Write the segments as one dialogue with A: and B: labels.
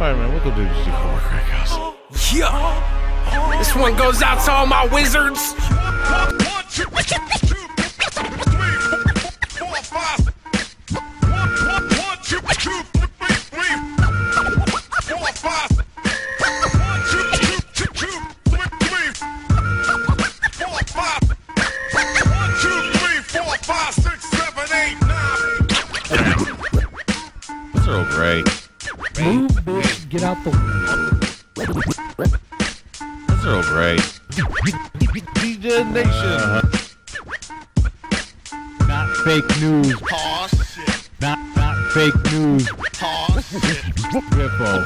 A: Alright, man, we'll go do this before crack house.
B: Yeah. This one goes out to all my wizards.
A: That's Earl Grey.
C: Move, bitch. Get out the.
A: That's Earl Grey. DJ Nation.
C: Not fake news.
D: Aw, shit.
C: Not not fake news.
D: Aw, shit.
A: Riffo.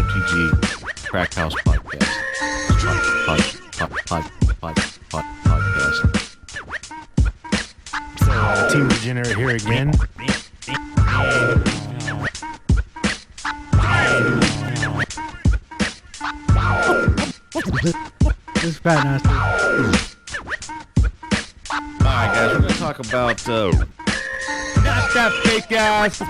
A: MTG. Crack House Podcast. Pod, pod, pod, pod, pod, podcast.
E: Team Degenerate here again.
C: This fat nasty.
A: All right, guys, we're going to talk about uh,
F: Not that fake ass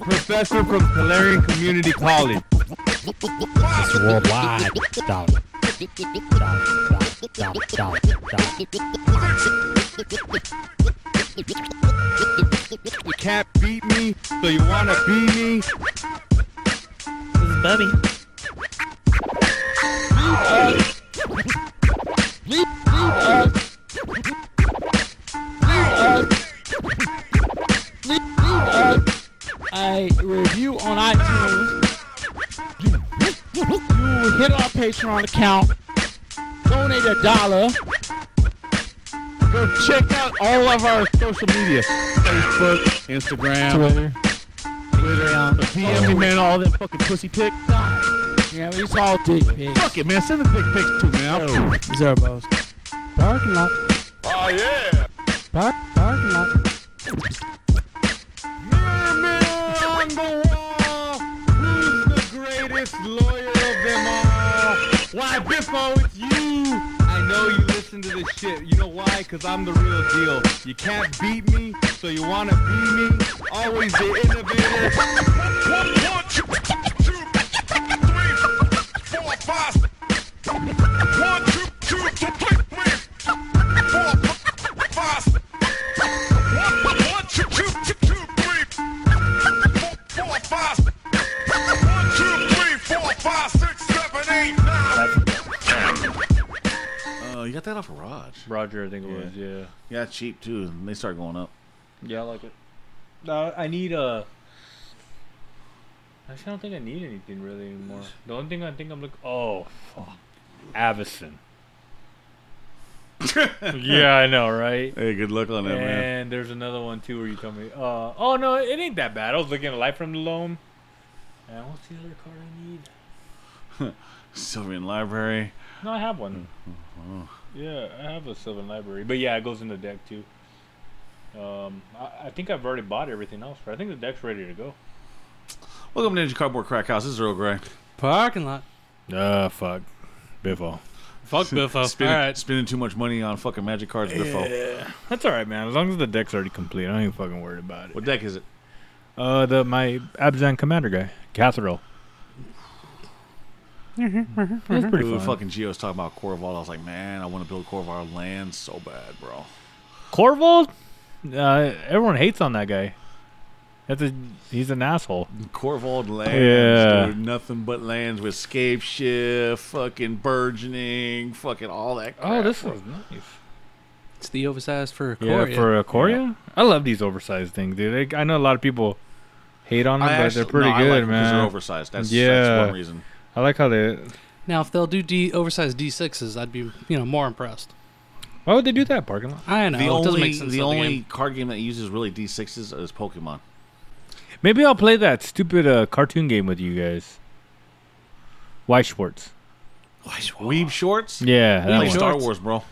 F: professor from Solarian Community College.
E: It's worldwide. Dog.
F: You can't beat me, so you wanna be me?
G: This is Bubby.
C: a review on iTunes. You hit our Patreon account, donate a dollar.
F: Go check out all of our social media. Facebook, Instagram,
C: Twitter.
F: Twitter, DM me, man, all them fucking pussy pics.
C: Yeah, we saw dick pics.
F: Fuck it, man, send the dick pics too, man.
C: Zerbos. Parking lot.
D: Aw, yeah.
C: Park, parking lot.
F: on the wall. Who's the greatest lawyer of them all? Why, Biffo, it's you. I know you listen to this shit. You know why? Because I'm the real deal. You can't beat me, so you want to be me. Always the innovator.
A: Uh, you got that off of Raj.
G: Roger, I think it was. Yeah.
A: Yeah, cheap too. and They start going up.
G: Yeah, I like it. No, I need a. Actually, I don't think I need anything really anymore. The only thing I think I'm looking. Oh, fuck. Avison. yeah, I know, right?
A: Hey, good luck on that, man.
G: And there's another one too where you tell me, uh, oh no, it ain't that bad. I was looking at Life from the Loam. And what's the other card I need?
A: Sylvian Library.
G: No, I have one. Mm-hmm. Yeah, I have a Sylvan Library, but yeah, it goes in the deck too. Um, I, I think I've already bought everything else. Right? I think the deck's ready to go.
A: Welcome to Ninja Cardboard Crack House. This is Earl Grey.
H: Parking lot.
G: Ah, fuck, Biffo.
H: Fuck Biffo.
A: Spending,
H: All right.
A: spending too much money on fucking magic cards before.
G: That's all right, man. As long as the deck's already complete, I ain't fucking worried about it.
A: What deck is it?
G: Uh, the my Abzan commander guy, Catherall. That's pretty
A: Ooh,
G: fun.
A: fucking Geo's talking about Corval. I was like, man, I want to build Corval land so bad, bro.
G: Corvold, uh, everyone hates on that guy. That's a he's an asshole.
A: Corval lands,
G: Yeah.
A: dude, nothing but lands with scape shift, fucking burgeoning, fucking all that.
G: Oh,
A: Crap.
G: one's nice.
H: It's the oversized for
G: Yeah,
H: Corey.
G: for a Coria, I love these oversized things, dude. I, I know a lot of people hate on them,
A: I
G: but
A: actually-
G: they're pretty
A: no, I like
G: good,
A: them 'cause
G: man.
A: They're oversized. That's,
G: Yeah.
A: that's one reason.
G: I like how they.
H: now, if they'll do D oversized D6s, I'd be you know more impressed.
G: Why would they do that parking lot?
H: I know
A: The
H: it doesn't
A: only
H: make sense.
A: the
H: in
A: only
H: game.
A: card game that uses really d sixes is Pokemon.
G: Maybe I'll play that stupid uh, cartoon game with you guys. Why Schwartz?
A: Weeb shorts.
G: Yeah,
A: we
G: that
A: play
G: one.
A: Star Wars, bro.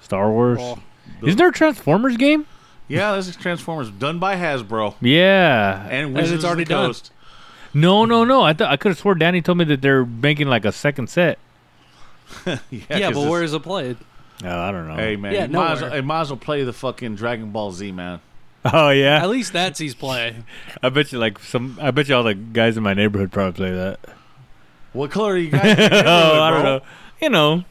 G: Star Wars.
A: Oh,
H: Well,
G: Isn't there a Transformers game?
A: Yeah, this is Transformers done by Hasbro
G: Yeah.
A: and
H: it's
A: Wizards
H: already
A: of the
H: done.
A: Coast.
G: no, no, no. I thought I could have swore Danny told me that they're making like a second set.
H: yeah,
A: 'cause
H: but
A: it's-
H: where is it played?
G: No, Oh, I don't know.
A: Hey man,
H: Yeah,
A: you might, as
H: nowhere.
A: well, you might as well play the fucking Dragon Ball Z, man.
G: Oh yeah,
H: At least that's he's play.
G: I bet you like some. I bet you all the guys in my neighborhood probably play that.
A: What color you got? in your neighborhood,
G: oh, I don't
A: bro?
G: know. You know,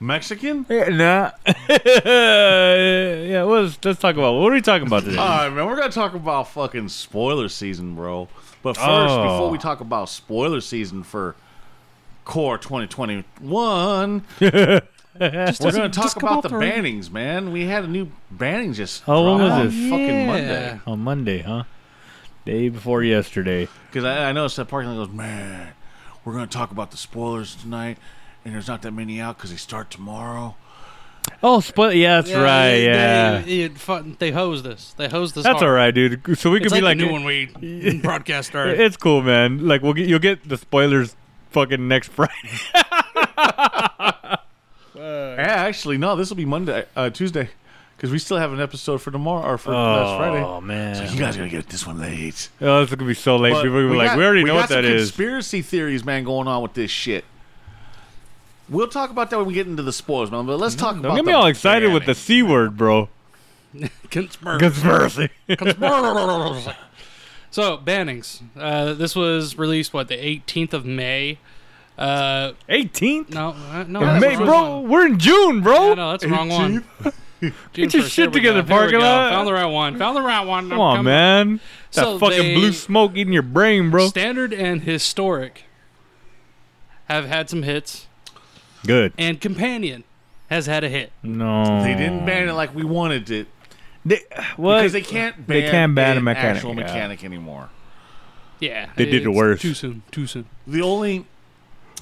A: Mexican?
G: yeah, nah. yeah, well, let's, let's talk about what are we talking about today?
A: All right, man. We're gonna talk about fucking spoiler season, bro. But first,
G: Oh.
A: before we talk about spoiler season for Core 2021,
H: Just
A: we're
H: doesn't-
A: gonna talk
H: just come
A: about
H: off
A: the
H: rate.
A: bannings, man. We had a new banning just
G: Oh, when
A: drop
G: was
A: on
G: this?
A: fucking
H: Yeah.
A: Monday.
G: On Monday, huh? Day before yesterday.
A: Because I, I noticed that parking lot goes, man, we're going to talk about the spoilers tonight, and there's not that many out because they start tomorrow.
G: Oh, spoil. Yeah, that's right.
H: they-
G: Yeah,
H: They, it fu- they hosed us. They hosed us.
G: that's all
H: hard.
G: right, dude. So we
H: It's
G: could be
H: like,
G: like
H: the new one we broadcast started.
G: It's cool, man. Like we'll get you'll get the spoilers fucking next Friday.
A: Yeah, Uh, actually, no, this will be Monday, uh, Tuesday, because we still have an episode for tomorrow or for last Friday.
G: Oh, man.
A: So Oh, you guys are going to get this one late.
G: Oh, this is gonna be so late.
A: But
G: People are gonna be like,
A: got-
G: we already know
A: got
G: what
A: some
G: that is.
A: Conspiracy theories, man, going on with this shit. We'll talk about that when we get into the spoilers, man. But let's talk about
G: Don't get me
A: the
G: all excited with the
A: banning.
G: c word, bro.
H: Conspiracy.
G: Conspiracy.
H: Conspiracy. so bannings. Uh, this was released what the 18th of May. Uh,
G: 18th.
H: no, uh, no, that's
G: May,
H: the wrong
G: bro,
H: one.
G: we're in June, bro.
H: Yeah, no, that's the wrong one. June
G: Get your
H: 1st,
G: shit
H: here we
G: together,
H: go. Here we
G: parking
H: go.
G: lot.
H: Found the right one. Found the right one. I'm
G: Come on,
H: coming.
G: man. That
H: So
G: fucking
H: they-
G: blue smoke in your brain, bro.
H: Standard and historic have had some hits,
G: Good.
H: and companion has had a hit.
G: No,
A: They didn't ban it like we wanted it
G: They, what?
A: because they can't ban,
G: They can't ban a
A: an
G: mechanic,
A: actual
G: yeah.
A: mechanic anymore.
H: Yeah,
G: They did the
H: it's
G: worst.
H: Too soon. Too soon.
A: The only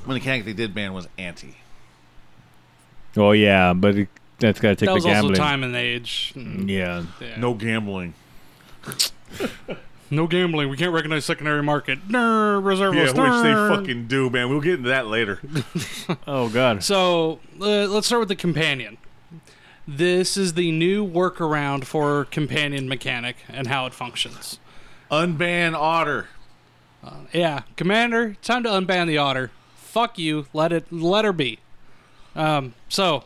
A: mechanic they did ban was anti.
G: Oh yeah, but it, that's gotta take
H: that
G: the
H: was
G: gambling.
H: also time and age. Mm,
G: Yeah.
H: yeah.
A: gambling.
H: no gambling. We can't recognize secondary market. Nerd reserve.
A: Yeah, which they fucking do, man. We'll get into that later.
G: Oh god.
H: So uh, let's start with the companion. This is the new workaround for companion mechanic and how it functions.
A: Unban otter.
H: Yeah, Commander, time to unban the otter. Fuck you. Let it. Let her be. Um, so,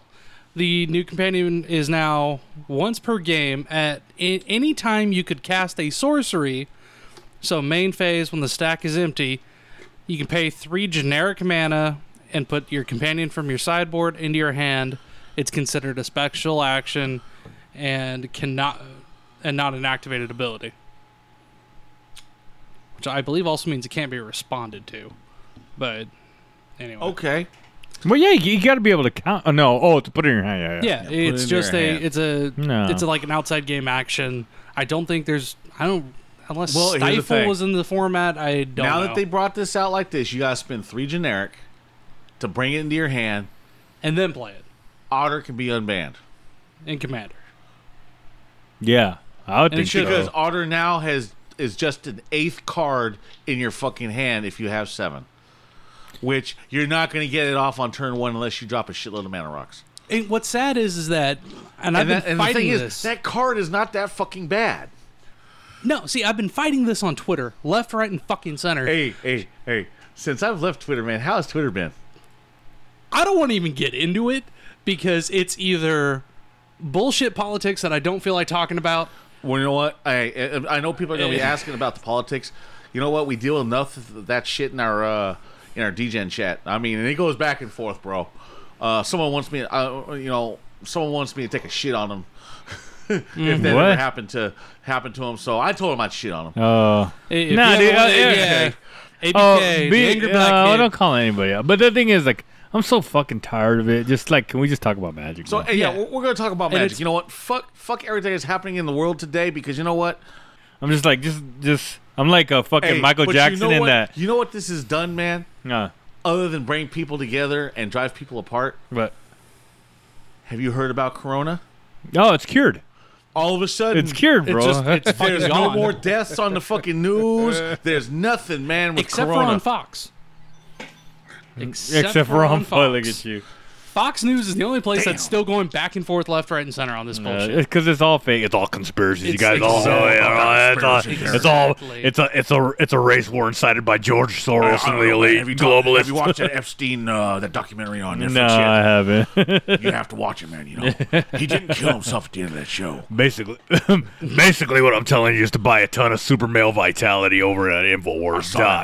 H: the new companion is now once per game at a- any time you could cast a sorcery. So main phase when the stack is empty, you can pay three generic mana and put your companion from your sideboard into your hand. It's considered a special action and cannot and not an activated ability which I believe also means it can't be responded to. But anyway,
A: Okay.
G: Well, yeah, you, you got to be able to count. Oh, no, oh, to put it in your hand. Yeah, yeah.
H: yeah,
A: it
H: it's
A: in your
H: just a
A: hand.
H: it's a
G: No.
H: it's a, like an outside game action. I don't think there's I don't unless
A: Well, here's the
H: stifle
A: thing.
H: was in the format. I don't
A: now
H: know.
A: that they brought this out like this, you gotta spend three generic to bring it into your hand.
H: and then play it
A: Otter can be unbanned
H: in Commander.
G: yeah. I would
H: And it
G: think
H: should-
A: because
G: so.
A: otter now has is just an eighth card in your fucking hand if you have seven, which you're not gonna get it off on turn one unless you drop a shitload of mana rocks.
H: And what's sad is is that and, I've
A: And, that,
H: been
A: and the
H: fighting
A: thing
H: this.
A: is, that card is not that fucking bad.
H: no, see, I've been fighting this on Twitter, left, right, and fucking center.
A: Hey, hey, hey. Since I've left Twitter, man, how has Twitter been?
H: I don't want to even get into it because it's either bullshit politics that I don't feel like talking about.
A: Well, you know what? I I I know people are going to be
H: Eh.
A: asking about the politics. You know what? We deal enough of that shit in our uh, in our DGen chat. I mean, and it goes back and forth, bro. Uh, someone wants me, uh, you know, someone wants me to take a shit on them. if
H: Mm,
A: that ever
G: What?
A: happened to happened to him, so I told him I'd shit on him.
H: Oh.
G: Uh,
H: Hey, if
G: Nah,
H: you
G: dude,
H: have
G: uh,
H: a-
G: yeah.
H: ABK,
G: oh,
H: the
G: be-
H: angry black
G: uh,
H: kid.
G: don't call anybody out. But the thing is, like, I'm so fucking tired of it. Just like, can we just talk about magic?
A: So
G: man?
A: yeah,
H: Yeah.
A: we're, we're going to talk about
H: And
A: magic.
H: it's-
A: You know what? Fuck fuck everything that's happening in the world today because you know what?
G: I'm just like, just, just, I'm like a fucking
A: Hey,
G: Michael
A: but you
G: Jackson
A: know
G: in
A: what?
G: that.
A: You know what this has done, man?
G: Nah,
A: Other than bring people together and drive people apart,
G: but
A: have you heard about Corona?
G: oh, it's cured.
A: all of a sudden
G: It's cured, bro.
H: just- it's-
A: there's
H: fucking
A: no
H: gone.
A: more deaths on the fucking news. There's nothing, man, with
H: except
A: corona.
H: for on Fox. Except,
G: Mm-hmm. Except for on
H: Fox.
G: Look at you.
H: Fox News is the only place that's still going back and forth, left, right, and center on this bullshit.
G: Because Uh, it's all fake. It's all conspiracies. you
H: It's-
G: guys
H: it's
G: all know
H: all
G: it. Uh, It's all, it's all.
H: Exactly.
G: It's a. It's a. It's a race war incited by George Soros and the elite
A: Have you, talked-
G: globalists.
A: have you watched that Epstein uh, that documentary on Netflix
G: no, I haven't.
A: yet? You have to watch it, man. You know, he didn't kill himself at the end of that show.
G: basically, basically, what I'm telling you is to buy a ton of Super Male Vitality over at
A: Saw that,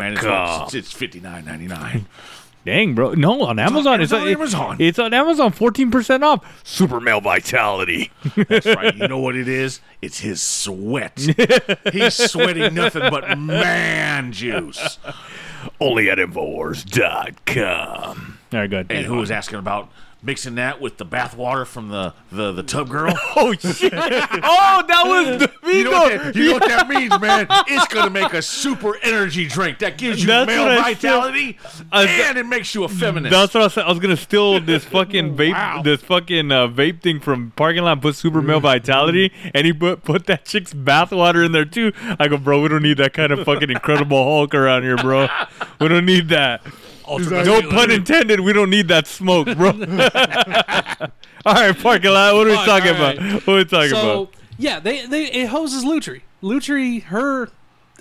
A: man. It's,
G: Infowars.com.
A: it's, it's fifty nine ninety nine.
G: Dang, bro. No, on Amazon. It's,
A: on
G: it-
A: Amazon.
G: It's on Amazon. 14% off. Super Male Vitality.
A: That's right. You know what it is? It's his sweat. He's sweating nothing but man juice.
G: Only at Infowars.com. All right, good.
A: And who was asking about mixing that with the bathwater from the, the, the tub girl?
G: Oh, shit. oh, that was Domingo.
A: You know, what that, you know what that means, man? It's gonna make a super energy drink that gives you
G: That's
A: male
G: what I still-
A: vitality,
G: I th-
A: and it makes you a feminist.
G: That's what I said. I was gonna steal this fucking vape,
A: Wow.
G: this fucking uh, vape thing from parking lot. Put Super Male Vitality, and he put put that chick's bathwater in there too. I go, bro, we don't need that kind of fucking Incredible Hulk around here, bro. We don't need that. no pun intended. We don't need that smoke, bro. all right, parking lot. What are we
H: Fuck,
G: talking
H: all right.
G: about? What are we talking
H: So
G: about?
H: yeah, they they it hoses Lutri. Lutri, her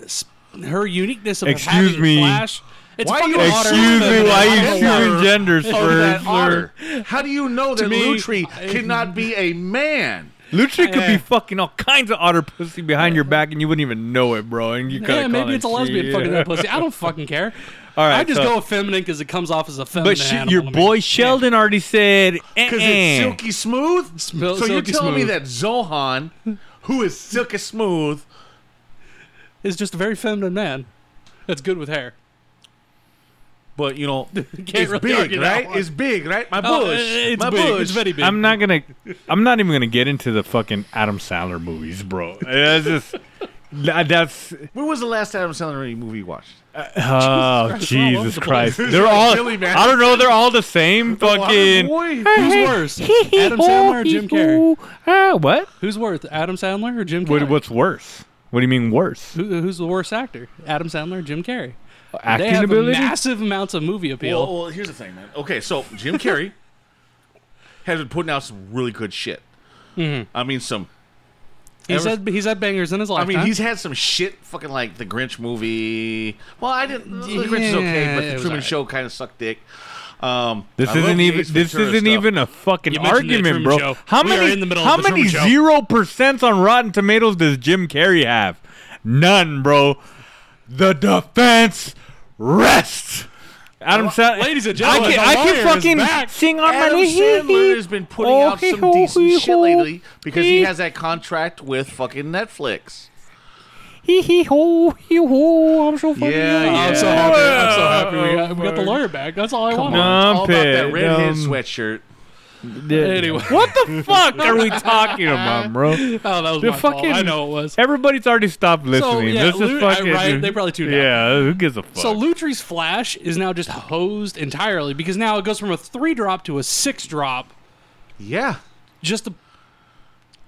H: s- her uniqueness of
G: Excuse
H: having
G: me.
H: Flash. It's
A: Why
H: fucking
A: you-
H: water.
G: Excuse me, why are you
A: Water.
G: choosing genders
A: Over that
G: for?
A: otter. How do you know that
G: me,
A: Lutri cannot be a man?
G: Lucha could
H: Eh.
G: be fucking all kinds of otter pussy behind your back, and you wouldn't even know it, bro. And you kind
H: Yeah,
G: of
H: maybe it's a lesbian fucking that pussy. I don't fucking care.
G: All right,
H: I just
G: so-
H: go with feminine because it comes off as a feminine.
G: But shit,
H: animal
G: your
H: to me.
G: boy Sheldon already said,
A: Because
G: "Eh-eh."
A: it's silky smooth.
H: Smell-
A: so you're
H: Eh. silky
A: telling me
H: smooth.
A: that Zohan, who is silky smooth,
H: is just a very feminine man. That's good with hair.
A: but you know, it's
H: really
A: big,
H: argue that
A: right?
H: one.
A: It's big, right? My bush,
H: Oh, it's
A: my
H: big.
A: bush.
H: It's very big.
G: I'm not gonna, I'm not even gonna get into the fucking Adam Sandler movies, bro. That's just, that- that's,
A: When was the last Adam Sandler movie you watched?
G: oh
H: over
G: Jesus
H: the
G: Christ,
H: place.
G: they're all,
A: Billy, man.
G: I don't know, they're all the same fucking.
A: Boy.
H: Who's worse, Adam Sandler or Jim Carrey?
G: Uh, what?
H: Who's worse, Adam Sandler or Jim Carrey?
G: what? What's worse? What do you mean worse?
H: Who, who's the worst actor? Adam Sandler or Jim Carrey? they
G: Acting
H: have
G: ability?
H: massive amounts of movie appeal.
A: Well, well, here's the thing, man. Okay, so Jim Carrey has been putting out some really good shit.
H: Mm-hmm.
A: I mean, some.
H: he's
A: ever-
H: had he's had bangers in his
A: I
H: lifetime.
A: mean, he's had some shit, fucking like the Grinch movie. Well, I didn't. The Grinch is okay,
H: Yeah,
A: but
H: it
A: the
H: was
A: Truman
H: alright.
A: Show kind of sucked dick. Um,
G: This
A: I love
H: E
G: isn't
A: the
G: even.
A: Ace
G: This
A: Ventura
G: isn't
A: stuff.
G: even a fucking
H: You mentioned the
G: argument,
H: Truman
G: bro.
H: Show.
G: How
H: We are
G: many?
H: in the middle
G: how
H: of the
G: many
H: Truman Show.
G: zero percents on Rotten Tomatoes does Jim Carrey have? None, bro. The defense rests. Adam Sandler.
H: ladies and gentlemen,
G: I can,
H: the
G: I
H: lawyer
G: can
H: is
G: fucking
H: back.
G: sing on my
A: Adam
G: knees.
A: Sandler has been putting
G: Oh,
A: out some
G: hee-ho,
A: decent shit
G: hee-ho.
A: lately because he
G: Hee.
A: has that contract with fucking Netflix.
G: Hee hee ho hee ho.
C: Oh,
G: I'm so Oh, fucking.
A: Yeah,
G: happy.
A: yeah.
H: I'm so happy. I'm so happy we got, we got the lawyer back. That's all I
G: on.
H: want.
A: It's all about that
G: Pumped,
A: redhead
G: um,
A: sweatshirt.
H: Anyway.
G: What the fuck are we talking about, bro?
H: Oh, that was
G: The
H: my fault.
G: fucking-
H: I know it was.
G: Everybody's already stopped listening.
H: yeah,
G: this is
H: Lou- I-
G: fucking.
H: right, they probably tuned out.
G: Yeah, who gives a fuck?
H: So Lutri's flash is now just hosed entirely because now it goes from a three drop to a six drop.
A: Yeah.
H: Just the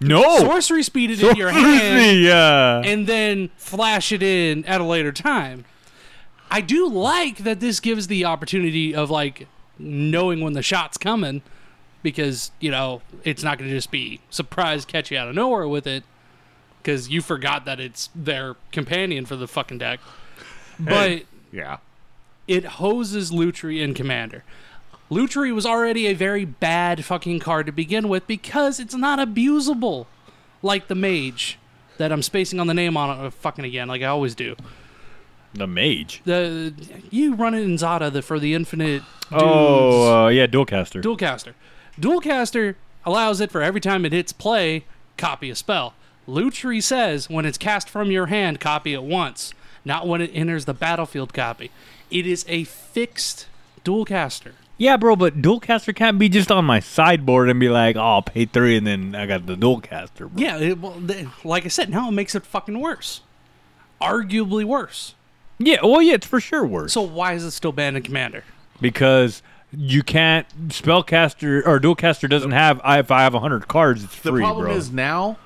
G: no.
H: sorcery speed it in your hand
G: Excuse me, yeah.
H: and then flash it in at a later time. I do like that this gives the opportunity of like knowing when the shot's coming because, you know, it's not going to just be surprise catch you out of nowhere with it because you forgot that it's their companion for the fucking deck. But
A: Yeah.
H: it hoses Lutri and Commander. Lutri was already a very bad fucking card to begin with because it's not abusable like the mage that I'm spacing on the name on it uh, fucking again like I always do.
G: the mage.
H: The you run it in Zada the, for the infinite dudes.
G: Oh, uh, yeah, dual caster.
H: Dualcaster. Dualcaster allows it for every time it hits play, copy a spell. Lutri says when it's cast from your hand, copy it once, not when it enters the battlefield copy. It is a fixed dualcaster.
G: yeah, bro, but dual caster can't be just on my sideboard and be like, oh, I'll pay three and then I got the dual caster. Bro.
H: Yeah, it, well, th- like I said, now it makes it fucking worse. Arguably worse.
G: yeah, well, yeah, it's for sure worse.
H: So why is it still banned in Commander?
G: because you can't, spellcaster or dual caster doesn't have, I, if I have 100 cards, it's
A: The
G: free,
A: problem
G: bro.
A: is now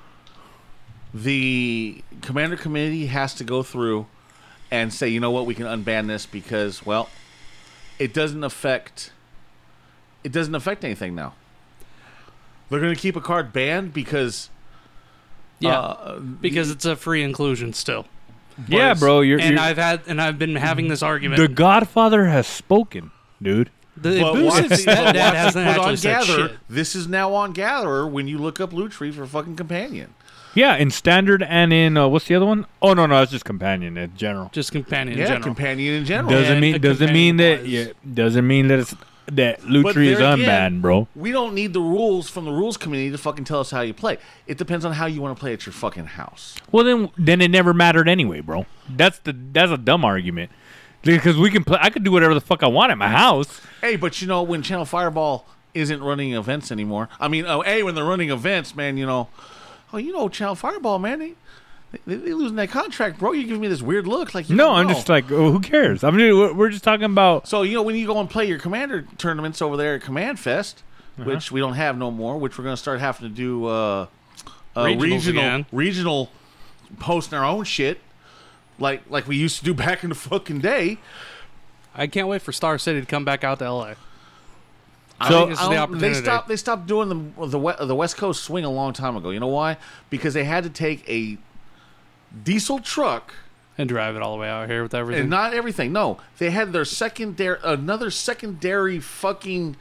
A: the commander committee has to go through and say, you know what, we can unban this because, well, it doesn't affect it doesn't affect anything now. They're going to keep a card banned because
H: Yeah,
A: uh,
H: because it's a free inclusion still.
G: yeah, bro. You're,
H: And
G: you're-
H: I've had and I've been having this argument.
G: the Godfather has spoken, dude.
H: The
A: But
H: abusive
A: once- but
H: stepdad
A: once it's
H: hasn't
A: put
H: actually
A: on
H: said
A: Gatherer,
H: shit.
A: This is now on Gatherer when you look up Loot Tree for fucking companion.
G: Yeah, in standard and in uh, what's the other one? Oh no, no, it's just companion in general.
H: Just companion
A: yeah,
H: in general.
A: companion in general.
G: Doesn't
H: and
G: mean
H: a
G: doesn't mean that yeah,
H: companion-wise.
G: doesn't mean that it's that loot
A: But
G: tree is
A: there
G: unbanned,
A: again-
G: bro.
A: We don't need the rules from the rules committee to fucking tell us how you play. It depends on how you want to play at your fucking house.
G: Well, then then it never mattered anyway, bro. That's the that's a dumb argument because we can play. I could do whatever the fuck I want at my house.
A: Hey, but you know when Channel Fireball isn't running events anymore. I mean, oh, hey, when they're running events, man, you know, oh, you know, Channel Fireball, man, they they, they losing that contract, bro. You giving me this weird look, like you
G: No,
A: don't
G: I'm
A: know.
G: just like, oh, who cares? I mean, we're- we're just talking about
A: So you know when you go and play your commander tournaments over there at Command Fest,
H: Uh-huh.
A: which we don't have no more, which we're going to start having to do uh, uh,
H: Regionals
A: regional
H: again.
A: regional posting our own shit, like like we used to do back in the fucking day.
H: I can't wait for Star City to come back out to LA.
A: I
H: So-
A: think
H: this is the
A: don't-
H: opportunity.
A: um, They stopped. They stopped doing the the we- the West Coast swing a long time ago. You know why? Because they had to take a diesel truck
H: and drive it all the way out here with everything.
A: and not everything. No, they had their secondary another secondary fucking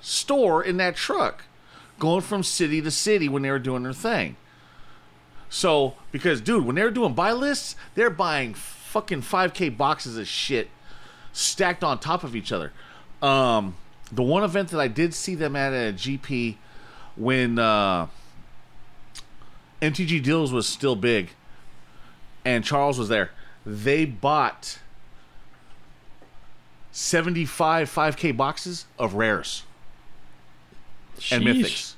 A: store in that truck, going from city to city when they were doing their thing. So because dude, when they were doing buy lists, they're buying fucking five k boxes of shit stacked on top of each other. Um, the one event that I did see them at at a GP when uh, MTG Deals was still big and Charles was there. They bought 75 5K boxes of rares and mythics.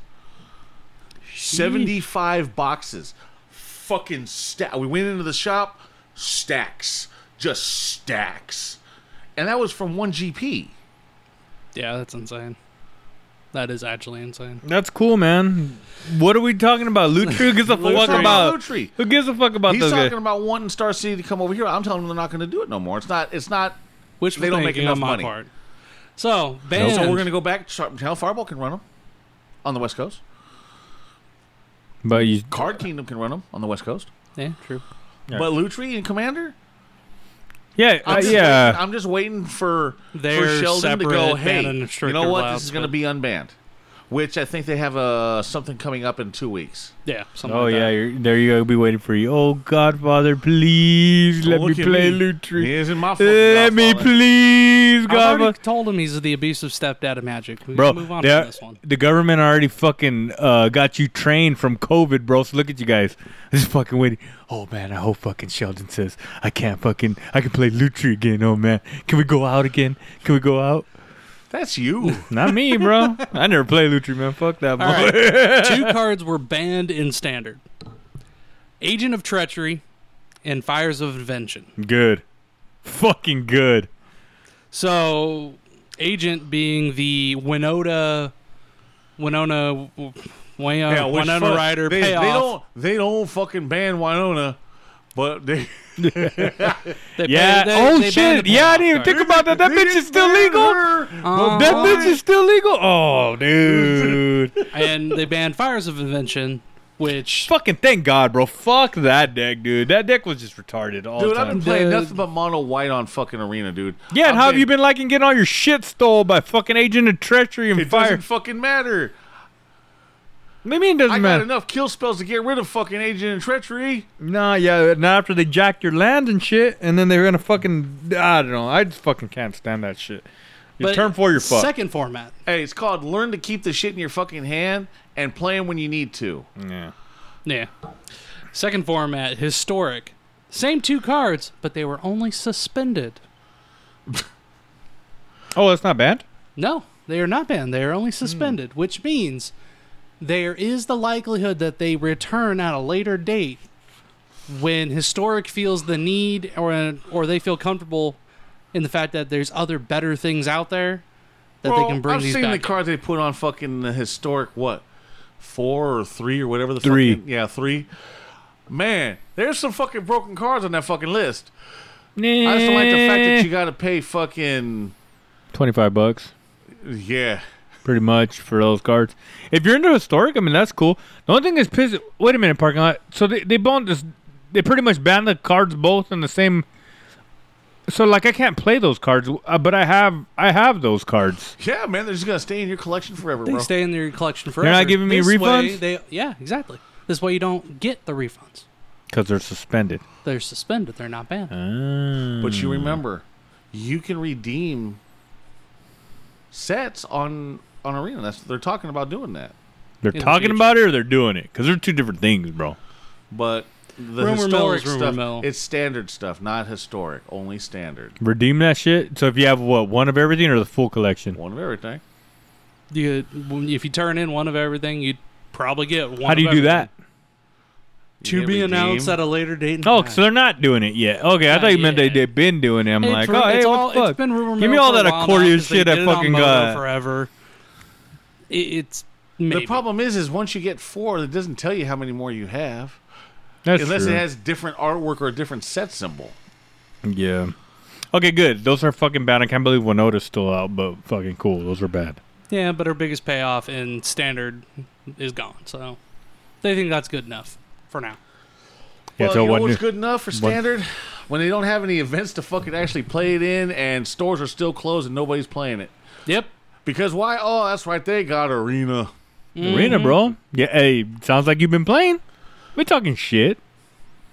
A: 75 boxes. Fucking stack. We went into the shop, stacks. Just stacks. And that was from one GP.
H: yeah, that's insane. That is actually insane.
G: that's cool, man. What are we talking about? Loot tree? Who gives a
A: We're
G: fuck
A: talking
G: about?
A: Loot Tree.
G: Who gives a fuck about
A: He's
G: those
A: talking
G: guys?
A: about wanting Star City to come over here. I'm telling him they're not going to do it no more. It's not. It's not.
H: Which
A: They don't make enough
H: on my
A: money.
H: part. So banned.
A: So we're going to go back. Channel Fireball can run them on the West Coast.
G: But you,
A: Card Kingdom can run them on the West Coast.
H: yeah, true.
A: But Lutri and Commander,
G: yeah, uh,
A: I'm just
G: yeah.
A: waiting, I'm just waiting for for
H: Their
A: Sheldon to
H: separate
A: go. Hey,
H: ban and
A: you
H: restrict
A: know
H: are
A: what?
H: allowed,
A: This is going to
H: but-
A: be unbanned, which I think they have uh, something coming up in two weeks.
H: Yeah. Something
G: Oh
H: like
G: yeah,
H: that.
G: you're, there you go. I'll be waiting for you. Oh Godfather, please let me
A: Look at
G: play
A: me.
G: Loot Tree.
A: He isn't my fucking
G: Let me
A: Godfather.
G: please,
H: I've
G: Godfather.
H: already told him he's the abusive stepdad of magic. We
G: Bro,
H: can move on
G: they're-
H: from this one.
G: the government already fucking uh, got you trained from COVID, bro. So look at you guys. This is fucking waiting. Oh man, I hope fucking Sheldon says I can't fucking I can play Loot Tree again. Oh man, can we go out again? Can we go out?
A: That's you.
G: Not me, bro. I never play Loot Tree, man. Fuck that, boy.
H: Two cards were banned in standard: Agent of Treachery and Fires of Invention.
G: Good, fucking good.
H: So, Agent being the Winona, Winona, Winona,
A: which
H: Winona
A: fuck-
H: Ryder
A: They, they
H: payoff.
A: don't. They don't fucking ban Winona, but they.
H: They
G: Yeah.
H: pay- they-
G: oh
H: they banned
G: shit.
H: the
G: Yeah, I
H: payoff
G: didn't even
H: card.
G: think about that. That
A: they
G: bitch is
A: didn't
G: still
A: ban
G: legal.
A: her,
H: Uh-huh.
A: but
G: That
A: why-
G: bitch is still legal. Oh, dude.
H: and they banned Fires of Invention, which
G: Fucking thank God, bro. Fuck that deck, dude. That deck was just retarded all
A: Dude,
G: the
A: I've
G: time.
A: been playing
H: The-
A: nothing but mono white on fucking arena, dude.
G: yeah, and
A: I'm
G: how have
A: getting-
G: you been liking getting all your shit stole by fucking Agent of Treachery and
A: It
G: Fire?
A: doesn't fucking matter.
G: What do you mean it doesn't
A: I got
G: matter?
A: enough kill spells to get rid of fucking agent and treachery.
G: Nah, yeah, not after they jacked your land and shit, and then they were gonna fucking. I don't know. I just fucking can't stand that shit. You
H: but
G: turn four, you're fucked.
H: Second format.
A: Hey, it's called learn to keep the shit in your fucking hand and play 'em when you need to.
G: yeah.
H: Yeah. Second format, historic. Same two cards, but they were only suspended.
G: Oh, that's not bad.
H: No, they are not banned. They are only
A: Hmm.
H: suspended, which means there is the likelihood that they return at a later date when historic feels the need or or they feel comfortable in the fact that there's other better things out there that they can bring
A: I've
H: these
A: seen
H: back.
A: the cards they put on fucking the historic what four or three or whatever the
G: Three.
A: Fucking, yeah three. Man, there's some fucking broken cards on that fucking list. I
H: Eh.
A: just don't like the fact that you got to pay fucking
G: twenty-five bucks.
A: yeah.
G: pretty much for those cards. If you're into historic, I mean that's cool. The only thing is piss. Wait a minute, parking lot. So they they boned this. They pretty much banned the cards both in the same. So like I can't play those cards, uh, but I have I have those cards.
A: Yeah, man, they're just gonna stay in your collection forever,
H: They
A: bro.
H: stay in your collection forever.
G: not giving me
H: This way,
G: refunds?
H: they, yeah, exactly. This way you don't get the refunds.
G: Because they're suspended.
H: They're suspended. They're not banned.
G: Uh.
A: But
H: Hmm.
A: you remember, you can redeem sets on on Arena. That's they're talking about doing that.
G: They're
H: In the
G: talking
H: future.
G: about it or they're doing it. Because they're two different things, bro.
A: But the
H: Rumor mill is
A: historic
H: rumor
A: stuff,
H: mill.
A: it's standard stuff, not historic, only standard.
G: Redeem that shit. So if you have what one of everything or the full collection,
A: One of everything.
H: You, when- if you turn in one of everything, you'd probably get one.
G: how do
H: of
G: you do
H: everything.
G: that?
H: To
A: get
H: be announced
A: redeemed.
H: at a later date. in
G: Oh,
H: time.
G: so they're not doing it yet. Okay, I
H: Not
G: thought you meant they
H: yet.
G: they've been doing it. I'm
H: It's
G: like,
H: ru-
G: oh, hey,
H: it's
G: what
H: all-
G: the fuck?
H: It's been rumor
G: Give me
H: mill
G: all
H: for a
G: that
H: while now
G: Aquarius
H: 'cause they
G: shit I
H: did it on
G: fucking uh,
H: Moto
G: got.
H: forever. It, it's maybe.
A: The problem is, is once you get four, it doesn't tell you how many more you have,
G: That's
A: unless
G: true.
A: it has different artwork or a different set symbol.
G: yeah. Okay, good. Those are fucking bad. I can't believe Winota's still out, but fucking cool. Those are bad.
H: Yeah, but our biggest payoff in standard is gone. So they think that's good enough for now.
G: Yeah,
A: well,
G: so
A: you know
G: what?
A: what's
G: New-
A: good enough for standard? When they don't have any events to fucking actually play it in, and stores are still closed and nobody's playing it.
H: Yep.
A: Because why? Oh, that's right, they got arena.
G: Arena,
A: Mm-hmm.
G: bro. Yeah, hey, sounds like you've been playing. We're talking shit.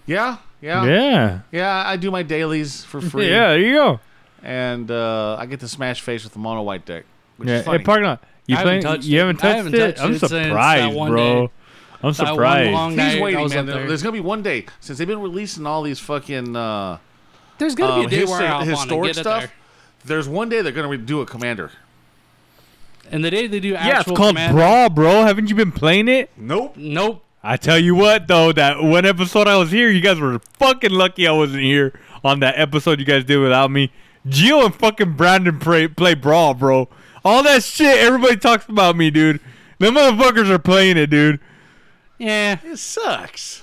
A: Yeah, yeah, yeah.
G: Yeah.
A: I do my dailies for free.
G: Yeah, there you go.
A: and uh, I get to smash face with the mono white deck, which
G: Yeah,
A: is funny.
G: hey, parking lot. You
H: I
G: playing?
H: haven't touched
G: you
H: it.
G: haven't
H: I
G: touched
H: haven't
G: it.
H: touched
G: I'm
H: it since that
G: surprised,
H: one
G: bro.
H: day.
G: I'm
H: That one
G: surprised.
H: long
A: He's
H: night I
A: waiting,
H: was
A: man.
H: up
A: There-
H: there.
A: There's gonna be one day since they've been releasing all these fucking uh,
H: There's gonna
A: um,
H: be a day
A: his-
H: where I'll
A: historic
H: get
A: stuff.
H: It
A: There's one day they're gonna re- do a commander.
H: there. And the day they do actual
G: yeah, it's called
H: command-
G: Brawl, bro. Haven't you been playing it?
A: Nope.
H: Nope.
G: I tell you what, though, that one episode I was here, you guys were fucking lucky I wasn't here on that episode you guys did without me. Gio and fucking Brandon play, play Brawl, bro. All that shit, everybody talks about me, dude. Them motherfuckers are playing it, dude.
H: Yeah.
A: It sucks.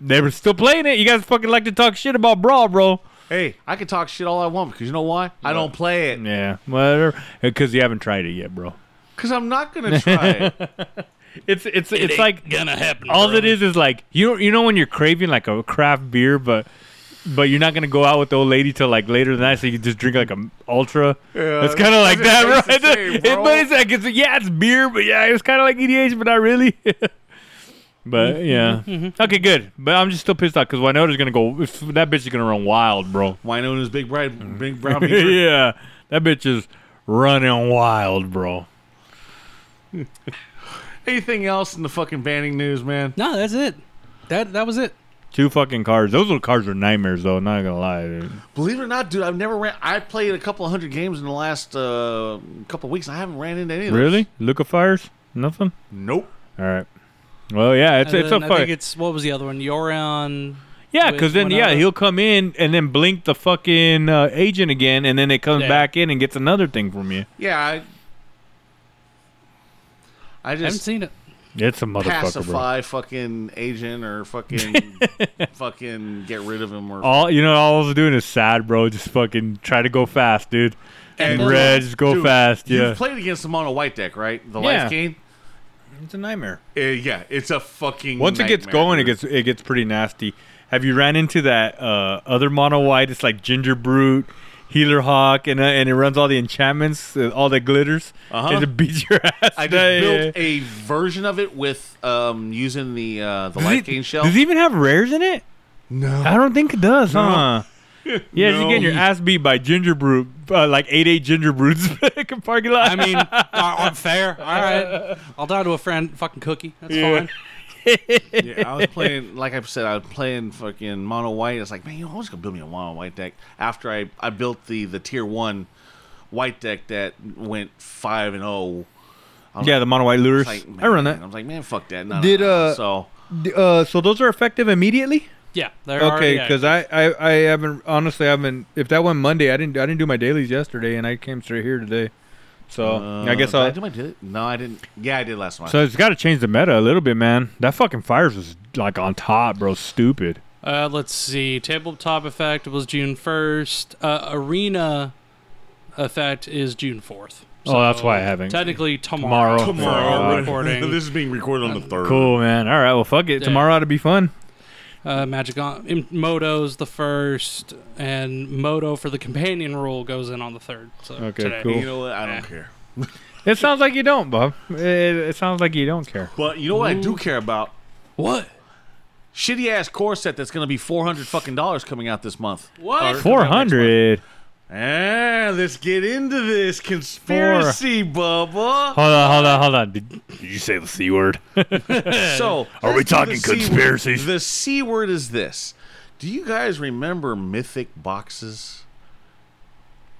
G: They were still playing it. You guys fucking like to talk shit about Brawl, bro.
A: Hey, I can talk shit all I want because you know why? I don't play it
G: Yeah, whatever. Because you haven't tried it yet, bro.
A: because I'm not gonna try it.
G: It's it's it's like
H: gonna happen.
G: all it is is like you know you know when you're craving like a craft beer, but but you're not gonna go out with the old lady till like later than that, so you can just drink like an ultra.
A: Yeah,
G: it's kind of like
A: that's-
G: that,
A: that's
G: right?
A: the same,
G: It-
A: bro.
G: but it's like it's yeah, it's beer, but yeah, it's kind of like EDH, but not really.
A: Mm-hmm,
G: but yeah, okay, good. But I'm just still pissed off because Winota's gonna go. if- That bitch is gonna run wild, bro.
A: Why known as Big Bride, Big Brown Beaver?
G: yeah, that bitch is running wild, bro.
A: Anything else in the fucking banning news, man?
H: No, that's it. That that was it.
G: Two fucking cars. Those little cars are nightmares, though. Not gonna lie. Dude.
A: Believe it or not, dude, I've never ran. I played a couple of hundred games in the last uh, couple of weeks. And I haven't ran into any of those.
G: Really? Luca fires? Nothing.
A: Nope.
G: All right. Well, yeah, it's
H: And
G: it's
H: then
G: a
H: I think
G: fuck.
H: it's what was the other one? Yoron.
G: Yeah,
H: with
G: because then yeah,
H: Winona.
G: he'll come in and then blink the fucking uh, agent again, and then it comes
H: Yeah.
G: back in and gets another thing from you.
A: Yeah, I, I
H: I haven't
A: just
H: seen it.
G: It's a motherfucker, bro.
A: pacify fucking agent or fucking fucking get rid of him or
G: All you know, all I was doing is sad, bro. Just fucking try to go fast, dude. And,
A: And-
G: red, just go
A: Dude,
G: fast. Yeah,
A: You've played against him on a white deck, right? The
G: Yeah.
A: life game.
G: it's a nightmare.
A: Uh, yeah, it's a fucking.
G: Once it gets
A: nightmare,
G: going, it
A: dude.
G: gets it gets pretty nasty. Have you ran into that uh, other mono white? It's like Ginger Brute, Healer Hawk, and uh, and it runs all the enchantments, uh, all the glitters,
A: Uh-huh.
G: and it beats your ass.
A: I just
G: Yeah, yeah, yeah.
A: built a version of it with um, using the uh, the life gain shell.
G: Does it even have rares in it? No. I don't think it does, huh? Yeah, you're getting your ass beat by Ginger Brute, uh, like 8 8 Ginger Brutes back in parking lot.
H: I mean, I- I'm fair. All right, I'll die to a friend. Fucking cookie. That's fine.
A: Yeah, I was playing, like I said, I was playing fucking mono white. It's like, man, you always gonna build me a mono white deck. After I, I built the the tier one white deck that went five and oh zero.
G: yeah, the mono white lures.
A: Like,
G: I run that.
A: I was like, man, fuck that. No,
G: Did,
A: no, no.
G: uh,
A: so
G: Uh, so those are effective immediately?
H: Yeah. They're
G: Okay,
H: already-
G: because I, I, I haven't honestly I haven't if that went Monday I didn't I didn't do my dailies yesterday and I came straight here today, so I guess
A: uh,
G: I'll.
A: did I do my did no, I didn't. Yeah, I did last month.
G: So it's got to change the meta a little bit, man. That fucking fires was like on top, bro. Stupid.
H: Uh, let's see. Tabletop effect was June 1st. Uh, arena effect is June 4th.
G: Oh, that's why I haven't.
H: Technically, tomorrow.
G: Tomorrow.
H: for recording.
A: this is being recorded on the third.
G: Cool, man. All right, well, fuck it.
H: Yeah.
G: Tomorrow ought to be fun.
H: uh, Magic on in, Moto's the first, and Moto for the companion rule goes in on the third. So
G: Okay,
H: today.
G: cool.
A: You know what? I don't
H: Yeah.
A: care.
G: It sounds like you don't, Bob. It, it sounds like you don't care.
A: But you know what I do care about?
H: What?
A: Shitty ass core set that's gonna be four hundred fucking dollars coming out this month.
H: What?
G: Four hundred.
A: Ah, let's get into this conspiracy, Bubba.
G: Hold on, hold on, hold on. Did, did you say the c word?
A: So,
G: Are we
A: let's do the
G: talking
A: C word.
G: conspiracies?
A: The C word is this. Do you guys remember mythic boxes?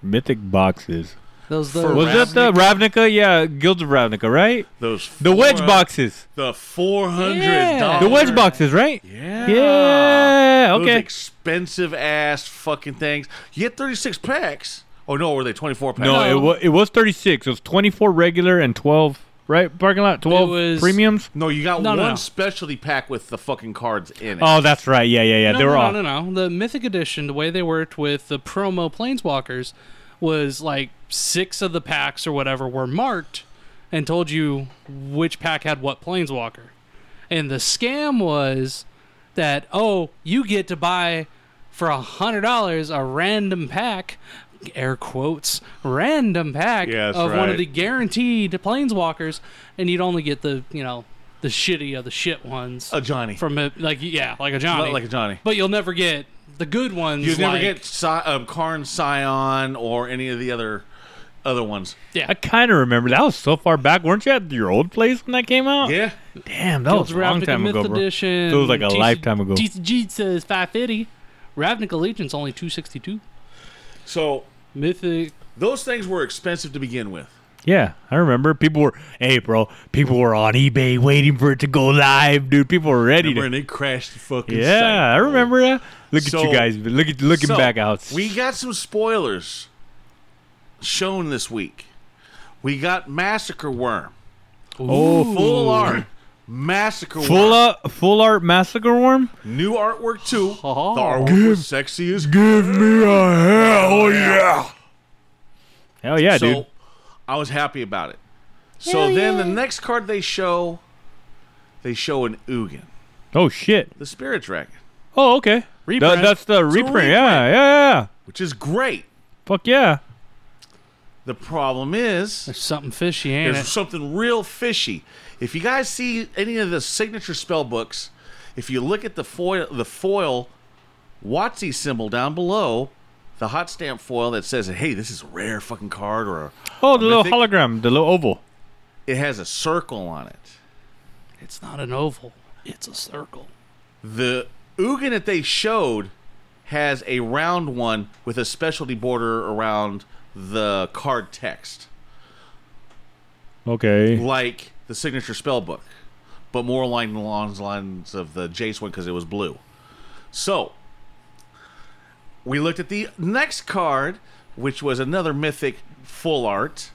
G: Mythic boxes.
H: Those
A: For
H: the
G: Was that the Ravnica? Yeah, Guilds of Ravnica, right?
A: Those
G: The wedge
A: four-
G: boxes.
A: The four hundred
H: Yeah.
A: dollars.
G: The wedge boxes, right?
A: Yeah.
G: Yeah.
A: Those
G: Okay.
A: expensive ass fucking things. You get thirty six packs. Oh no, were they twenty four packs?
G: No, it was it was thirty six. It was twenty four regular and twelve. Right, parking lot twelve
H: was-
G: premiums.
A: No, you got
H: No,
A: one
H: no, no.
A: specialty pack with the fucking cards in it.
G: Oh, that's right. Yeah, yeah, yeah.
H: no,
G: they
H: no,
G: were
H: no,
G: all
H: no, no. The Mythic Edition, the way they worked with the promo Planeswalkers, was like six of the packs or whatever were marked, and told you which pack had what Planeswalker. And the scam was that oh, you get to buy for a hundred dollars a random pack, air quotes, random pack
A: Yeah, that's
H: of one
A: right.
H: of the guaranteed Planeswalkers, and you'd only get the you know the shitty of the shit ones
A: a Johnny.
H: from a, like yeah like a Johnny
A: Not like a Johnny.
H: but you'll never get the good ones.
A: You never
H: like-
A: get si- um, Karn Scion or any of the other other ones.
H: yeah.
G: I kind of remember that was so far back. weren't you at your old place when that came out?
A: Yeah.
G: Damn, that was a long
H: Ravnica
G: time
H: Myth
G: ago, bro.
H: Edition,
G: Feels like a lifetime ago.
H: TCG says 550. Ravnica Legion's only 262.
A: So
H: Mythic.
A: those things were expensive to begin with.
G: Yeah, I remember. People were, hey, bro, people were on eBay waiting for it to go live, dude. People were ready
A: Remember,
G: to.
A: and they crashed the fucking
G: Yeah,
A: site.
G: I remember that. Look
A: So-
G: at you guys. Look at looking
A: So,
G: back out.
A: We got some spoilers shown this week. We got Massacre Worm.
G: oh,
A: Full art. Massacre
G: full
A: Worm.
G: art, full art massacre worm.
A: New artwork too.
H: Oh.
A: The artwork was sexy as
G: Give me a hell yeah! Hell yeah,
A: so
G: dude.
A: I was happy about it. So then the next card they show, they show an Ugin,
G: Oh shit.
A: the Spirit Dragon,
G: Oh okay. Th-
H: Reprint.
G: that's the reprint. Yeah, yeah, yeah.
A: which is great.
G: Fuck yeah.
A: The problem is
H: There's something fishy, ain't
A: there's
H: it?
A: something real fishy. If you guys see any of the signature spell books, if you look at the foil, the foil Watsy symbol down below, the hot stamp foil that says, "Hey, this is a rare fucking card," or
G: Oh, the little
A: mythic-
G: hologram, the little oval.
A: it has a circle on it.
H: It's not an oval. It's a circle.
A: The Ugin that they showed has a round one with a specialty border around the card text,
G: Okay.
A: like the signature spell book, but more along the lines- lines of the Jace one because it was blue. So, we looked at the next card, which was another mythic full art.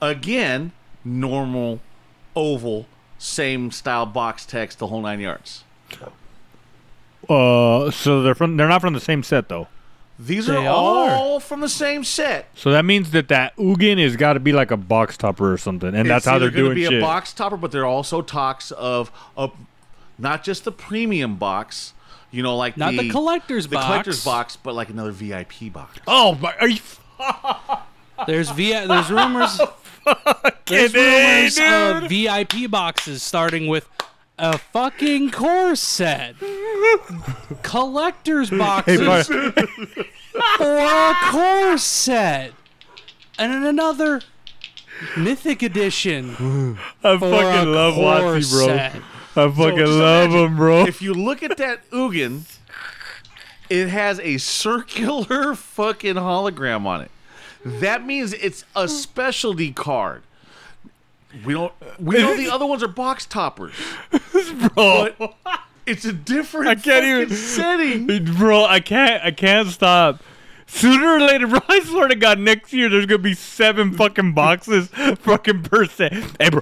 A: Again, normal oval, same style box text, the whole nine yards.
G: Uh, so they're from. They're not from the same set though.
A: These
H: They
A: are,
H: are.
A: all from the same set.
G: So that means that that Ugin has got to be like a box topper or something, and that's
A: It's
G: how
A: either
G: they're doing
A: gonna be
G: shit.
A: a box topper, but there are also talks of a, not just the premium box, you know, like
H: Not the collector's
A: the
H: box.
A: collector's box, but like another VIP box.
G: oh my! Are you
H: There's vi- There's rumors. there's rumors of VIP boxes starting with a fucking core set, collector's boxes. or a
A: Ah!
H: core set, and then another mythic edition.
G: I
H: Or a
G: fucking love
H: core
G: Watsy, bro.
H: set.
G: I fucking
A: just
G: love him, bro.
A: If you look at that Ugin, it has a circular fucking hologram on it. That means it's a specialty card. We don't. We know the other ones are box toppers.
G: bro.
A: It's a different.
G: I can't even-
A: fucking setting.
G: Bro, I can't. I can't stop. Sooner or later, bro, I swear to God, next year there's gonna be seven fucking boxes, fucking per set. Hey, bro,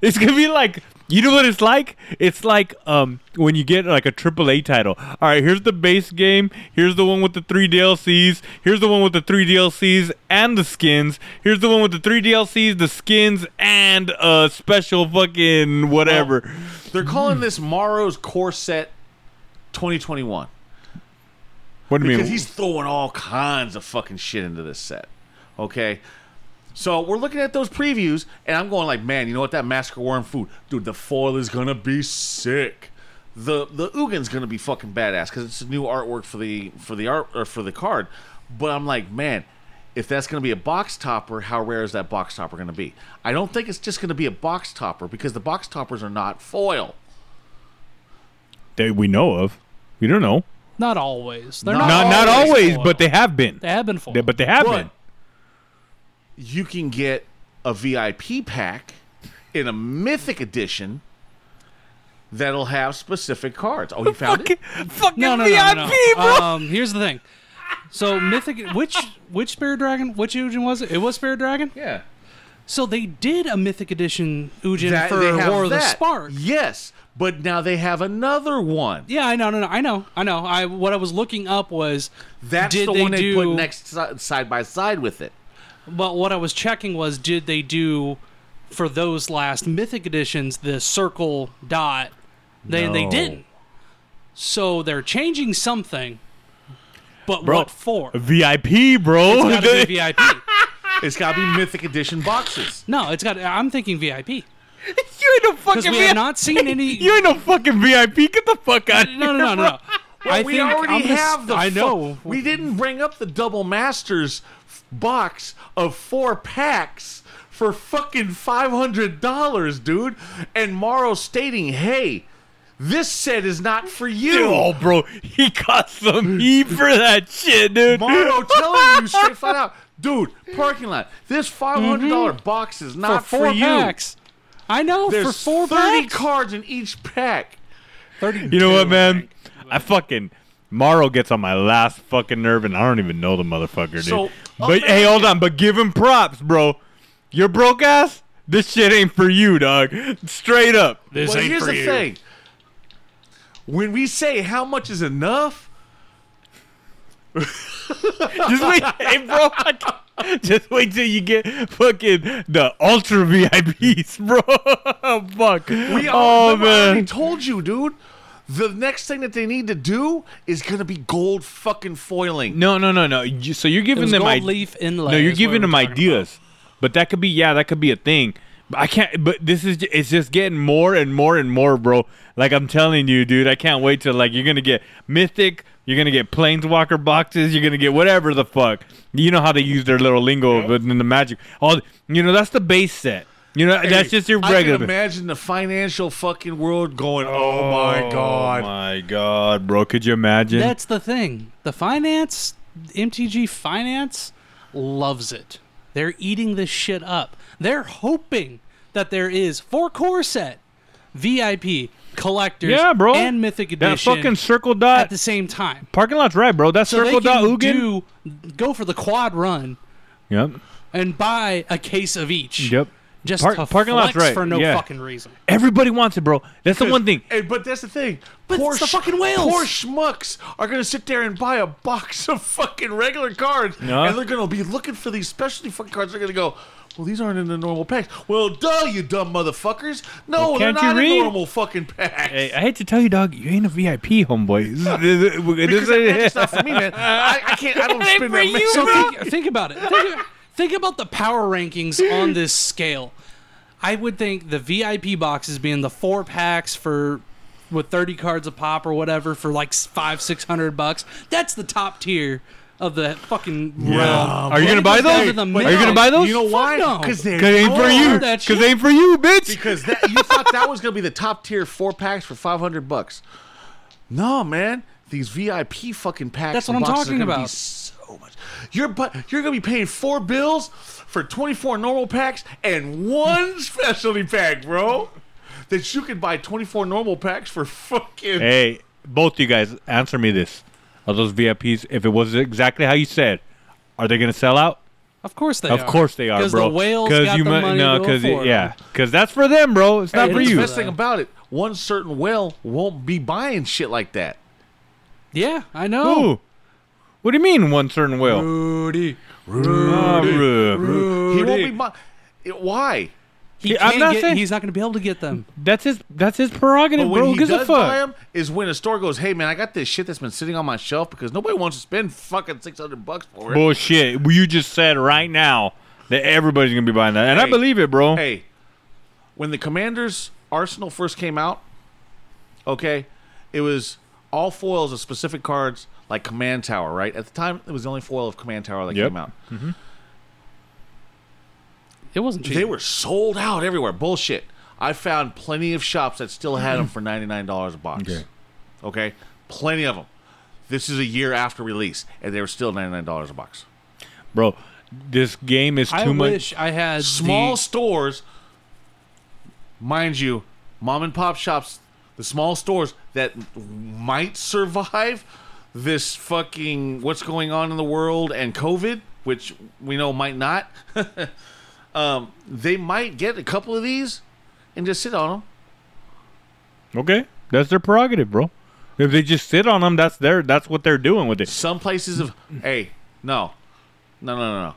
G: it's gonna be like You know what it's like? It's like um when you get like a AAA title. All right, here's the base game. Here's the one with the three DLCs. Here's the one with the three DLCs and the skins. Here's the one with the three DLCs, the skins, and uh special fucking whatever.
A: They're calling this Morrow's Core Set 2021
G: what do you mean?
A: because he's throwing all kinds of fucking shit into this set. Okay, so we're looking at those previews, and I'm going like, man, you know what? That Massacre Worm food, dude. The foil is gonna be sick. The the Ugin's gonna be fucking badass because it's a new artwork for the for the art or for the card. But I'm like, man, if that's gonna be a box topper, how rare is that box topper gonna be? I don't think it's just gonna be a box topper because the box toppers are not foil.
G: that we know of. We don't know.
H: Not always. They're
A: Not-
H: not,
G: Not not
H: always
G: always,
H: foil.
G: but they have been.
H: They have been foiled.
G: They- but they have
A: But-
G: been.
A: you can get a VIP pack in a mythic edition that'll have specific cards. Oh, you found it?
G: fucking
H: no, no,
G: VIP,
H: no, no,
G: bro.
H: no. Um, here's the thing. So mythic, which which spirit dragon, which Ujin was it? It was spirit dragon.
A: Yeah.
H: So they did a mythic edition Ujin
A: That-
H: for
A: they have
H: War of the
A: that.
H: Spark.
A: Yes, but now they have another one.
H: Yeah, I know, no, no, I know, I know. I what I was looking up was
A: That's
H: did
A: the
H: they
A: one they
H: do,
A: put next si- side by side with it.
H: But what I was checking was did they do for those last mythic editions the circle dot? They they
G: No.
H: didn't. So they're changing something. But
G: Bro,
H: what for?
G: VIP, bro.
H: It's gotta be VIP.
A: It's got to be mythic edition boxes.
H: No, it's got. I'm thinking VIP
G: you ain't no
H: because
G: fucking
H: we have not seen any.
G: You ain't no fucking VIP. Get the fuck out.
H: no, no, no, no. no. I
A: we
H: think
A: already
H: I'm just-
A: have the.
H: I
A: fu-
H: know.
A: we didn't bring up the double masters f- box of four packs for fucking five hundred dollars, dude. And Morrow stating, "Hey, this set is not for
G: Oh,
A: you."
G: bro, he got some heat for that shit, dude.
A: Morrow telling you straight flat out, dude, parking lot. This five hundred box is
H: Mm-hmm. for
A: not for,
H: four
A: you.
H: packs. I know
A: There's
H: for four
A: thirty
H: packs.
A: cards in each pack.
G: You know what, man? I fucking Morrow gets on my last fucking nerve, and I don't even know the motherfucker, dude.
A: So,
G: but
H: oh,
G: hey, hold on. But give him props, bro. Your broke ass. This shit ain't for you, dog. Straight up.
A: Well, here's the thing. When we say how much is enough,
G: Just wait, hey, bro. Just wait till you get fucking the ultra VIPs, bro. Fuck.
A: We
G: oh
A: all, remember, I already
G: man.
A: told you, dude. The next thing that they need to do is gonna be gold fucking foiling.
G: No, no, no, no. You- So you're
H: It
G: giving
H: was
G: them
H: gold
G: ideas.
H: leaf inlay.
G: No, you're
H: is what we
G: giving them
H: were talking
G: ideas, but that could be yeah, that could be a thing. But I can't. But this is ju- it's just getting more and more and more, bro. Like I'm telling you, dude, I can't wait till like you're gonna get mythic. You're gonna get planeswalker boxes. You're gonna get whatever the fuck. You know how they use their little lingo but in the magic. All you know that's the base set. You know that's just your
A: I can
G: regular.
A: imagine the financial fucking world going, "Oh, my god,
G: Oh my god, bro! Could you imagine?
H: That's the thing. The finance, MTG finance, loves it. They're eating this shit up. They're hoping that there is four core set, VIP, collectors,
G: yeah, bro.
H: and mythic
G: That
H: edition
G: fucking circle
H: at
G: dot
H: the same time.
G: parking lot's right, bro. That
H: So
G: circle
H: they
G: dot
H: can
G: Ugin.
H: do go for the quad run
G: yep.
H: and buy a case of each.
G: Yep.
H: Just
G: Park-
H: to
G: parking lot's
H: flex
G: right,
H: for no
G: yeah.
H: fucking reason.
G: Everybody wants it, bro. That's the one thing.
A: And, but that's the thing.
H: But
A: poor
H: it's the
A: sch-
H: fucking whales.
A: Poor schmucks are gonna sit there and buy a box of fucking regular cards,
G: No.
A: and they're gonna be looking for these specialty fucking cards. They're gonna go, well, these aren't in the normal packs. Well, duh, you dumb motherfuckers. No,
G: Well,
A: they're
G: can't you
A: not in
G: read?
A: normal fucking packs.
G: Hey, I hate to tell you, dog, you ain't a VIP, homeboy. This is- this
A: because
G: is-
A: that magic's not for me, man. I, I can't. I don't spend that magic.
H: So think, think about it. Think, think about the power rankings on this scale. I would think the VIP boxes being the four packs for with 30 cards a pop or whatever for like s- five, six hundred bucks. That's the top tier of the fucking realm.
G: Are you gonna buy those? Are you gonna buy those?
A: You know why?
H: no.
A: Because
G: Cause it ain't for you.
H: that
G: Cause it
H: shit.
G: ain't for you, bitch.
A: Oh, Because that you thought that was gonna be the top tier four packs for five hundred bucks. No, man, these VIP fucking packs.
H: That's what
A: and
H: I'm
A: boxes are
H: talking
A: gonna be
H: about.
A: so much. You're but you're gonna be paying four bills for twenty four normal packs and one specialty pack, bro. That you can buy twenty four normal packs for fucking.
G: Hey, both you guys, answer me this: Are those VIPs? If it was exactly how you said, are they gonna sell out?
H: Of course they are.
G: Of course they are,
H: 'Cause
G: bro.
H: the whales got the
G: might-
H: money
G: no,
H: to
G: because
H: afford
G: yeah,
H: them.
G: because that's for them, bro. It's not
A: And
G: for
A: the
G: you.
A: best thing about it, one certain whale won't be buying shit like that.
H: Yeah, I know.
G: Who? What do you mean one certain whale?
H: Rudy.
G: Ah, Ru-
A: He won't be buying. Why?
H: He
G: I'm
H: can't
G: not
H: get,
G: saying-
H: he's not going to be able to get them.
G: That's his. That's his prerogative,
A: But when
G: bro. Who
A: he
G: gives a
A: does
G: fuck?
A: buy them, is when a store goes, "Hey man, I got this shit that's been sitting on my shelf because nobody wants to spend fucking six hundred bucks for it."
G: Bullshit. You just said right now that everybody's gonna be buying that, and I
A: Hey,
G: believe it, bro.
A: Hey, when the Commanders Arsenal first came out, okay, it was all foils of specific cards like Command Tower, right? At the time, it was the only foil of Command Tower that
G: Yep.
A: came out.
H: It wasn't cheap.
A: They were sold out everywhere. Bullshit. I found plenty of shops that still had them for ninety nine dollars a box. Okay. plenty of them. This is a year after release, and they were still ninety nine dollars a box.
G: bro. This game is too
H: I
G: much.
H: wish I had
A: Small
H: The,
A: stores, mind you, mom and pop shops, the small stores that might survive this fucking what's going on in the world and COVID, which we know might not. um, they might get a couple of these and just sit on them.
G: Okay, that's their prerogative, bro. If they just sit on them, that's their. That's what they're doing with it.
A: Some places have. hey, no, no, no, no, no.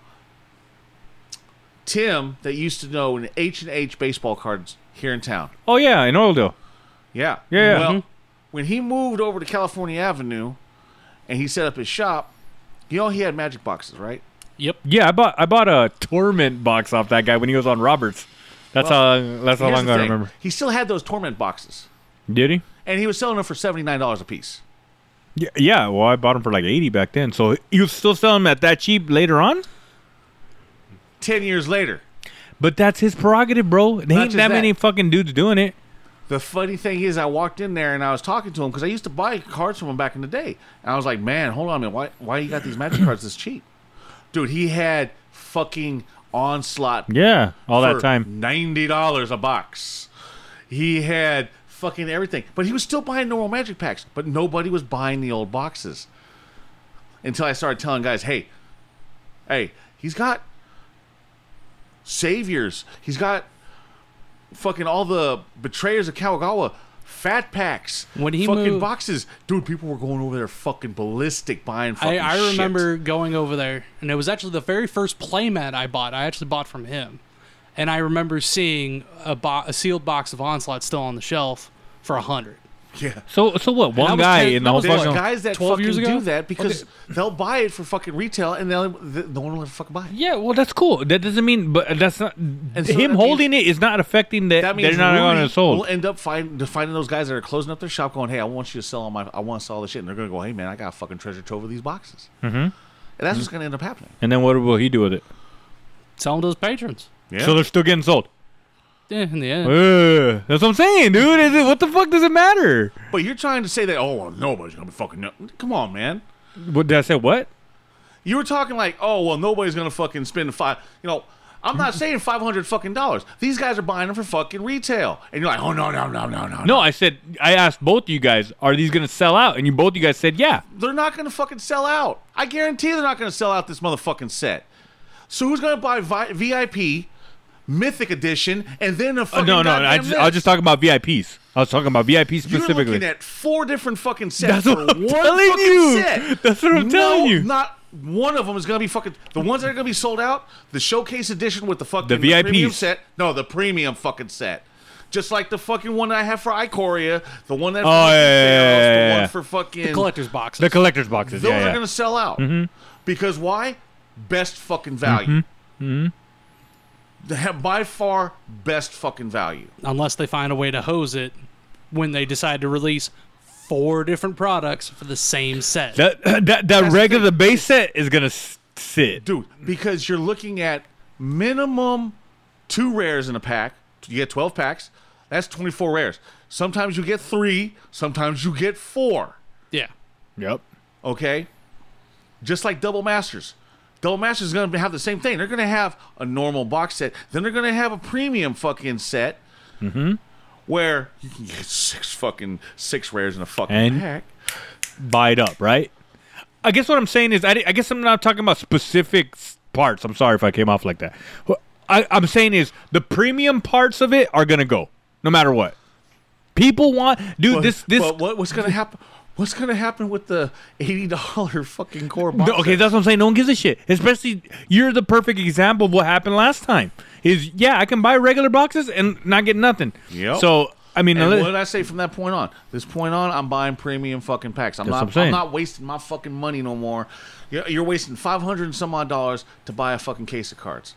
A: Tim, that used to know an H and H baseball cards here in town.
G: Oh yeah, in Oildo.
A: Yeah,
G: Yeah, yeah.
A: Well,
G: Mhm.
A: when he moved over to California Avenue, and he set up his shop, you know he had magic boxes, right?
G: Yeah, I bought I bought a torment box off that guy when he was on Roberts. That's how that's how
A: Here's
G: long
A: the
G: I
A: thing.
G: remember.
A: He still had those torment boxes,
G: Did he?
A: and he was selling them for seventy nine dollars a piece.
G: Yeah, yeah. Well, I bought them for like eighty back then. So you still sell them at that cheap later on?
A: Ten years later,
G: But that's his prerogative, bro. There
A: Not
G: ain't
A: just
G: that, many
A: that.
G: fucking dudes doing it.
A: The funny thing is, I walked in there and I was talking to him because I used to buy cards from him back in the day. And I was like, man, hold on a minute. Why, why you got these magic cards this cheap? Dude, he had fucking Onslaught
G: Yeah, all
A: for
G: that time.
A: $90 a box. He had fucking everything. But he was still buying normal magic packs, but nobody was buying the old boxes. Until I started telling guys, hey, hey, he's got saviors. He's got fucking all the betrayers of Kawagawa, fat packs,
H: When he
A: fucking
H: moved-
A: boxes. Dude, people were going over there fucking ballistic buying
H: I,
A: fucking
H: I
A: shit.
H: remember going over there, and it was actually the very first playmat I bought. I actually bought from him, and I remember seeing a, bo- a sealed box of Onslaught still on the shelf for a hundred.
G: So so what?
H: that
G: One
H: was
G: guy
H: ten-
G: in the
H: that
G: whole
H: was like
A: There's
G: fucking.
A: guys that
H: 12
A: fucking
H: years ago?
A: do that because they'll buy it for fucking retail and they'll they, no one will ever fucking buy it.
G: Yeah, well, that's cool. That doesn't mean, but that's not
A: so that
G: him
A: means-
G: holding it is not affecting that.
A: That means
G: they're not going
A: Rudy
G: to sold.
A: will end up find, finding those guys that are closing up their shop, going, "Hey, I want you to sell all my, I want to sell all this shit," and they're going to go, "Hey, man, I got a fucking treasure trove of these boxes," mm-hmm. and that's what's going to end up happening.
G: And then what will he do with it?
H: Selling to his patrons.
A: Yeah.
G: So they're still getting sold.
H: Yeah, in the end.
G: Ugh, that's what I'm saying, dude. Is it, what the fuck does it matter?
A: But you're trying to say that, oh, well, nobody's going to be fucking. No-. Come on, man.
G: What did I say? What?
A: You were talking like, oh, well, nobody's going to fucking spend five. You know, I'm not saying five hundred fucking dollars. These guys are buying them for fucking retail, and you're like, oh no, no, no, no, no,
G: No, I said I asked both you guys, are these gonna sell out? And you both you guys said yeah.
A: They're not going to fucking sell out. I guarantee they're not going to sell out this motherfucking set. So who's going to buy vi- VIP, Mythic Edition, and then a
G: Uh,
A: fucking
G: no, no,
A: goddamn
G: I just,
A: list?
G: I was just talking about VIPs. I was talking about VIP
A: You're looking
G: specifically.
A: at four different fucking sets
G: That's
A: for
G: what I'm
A: one
G: telling
A: fucking
G: you.
A: set.
G: That's what I'm
A: No,
G: telling you.
A: Not one of them is going to be fucking. The ones that are going to be sold out, the showcase edition with the fucking
G: The VIPs.
A: premium set. No, the premium fucking set. Just like the fucking one I have for Icoria, the one that for
G: Oh, yeah, yeah,
A: Thanos,
G: yeah, yeah,
A: the
G: yeah.
A: one for fucking
H: Collector's boxes.
G: The collector's boxes.
A: those
G: yeah,
A: are
G: yeah. Mm-hmm.
A: going to sell out because why? Best fucking value.
G: Mm-hmm.
A: They have by far best fucking value.
H: unless they find a way to hose it when they decide to release four different products for the same set.
G: That that that regular base set is gonna s- sit.
A: dude because you're looking at minimum two rares in a pack you get 12 packs that's 24 rares sometimes you get three sometimes you get four
H: yeah.
G: Yep.
A: okay just like double masters double masters is going to have the same thing they're going to have a normal box set then they're going to have a premium fucking set
G: Mm-hmm.
A: where you can get six fucking six rares in a fucking
G: And-
A: pack
G: Buy it up, right? I guess what I'm saying is I, di- I guess I'm not talking about specific s- parts. I'm sorry if I came off like that. Wh- I, I'm saying is the premium parts of it are gonna go no matter what. People want, dude.
A: But-
G: this this
A: But what, what's gonna happen? What's gonna happen with the eighty dollar fucking core box?
G: No, okay,
A: set?
G: that's what I'm saying. No one gives a shit. Especially you're the perfect example of what happened last time. Is yeah, I can buy regular boxes and not get nothing.
A: Yep.
G: So I mean,
A: And
G: unless-
A: what did I say from that point on? This point on, I'm buying premium fucking packs. I'm
G: That's
A: not.
G: what I'm saying.
A: not wasting my fucking money no more. You're, you're wasting five hundred and some odd dollars to buy a fucking case of cards.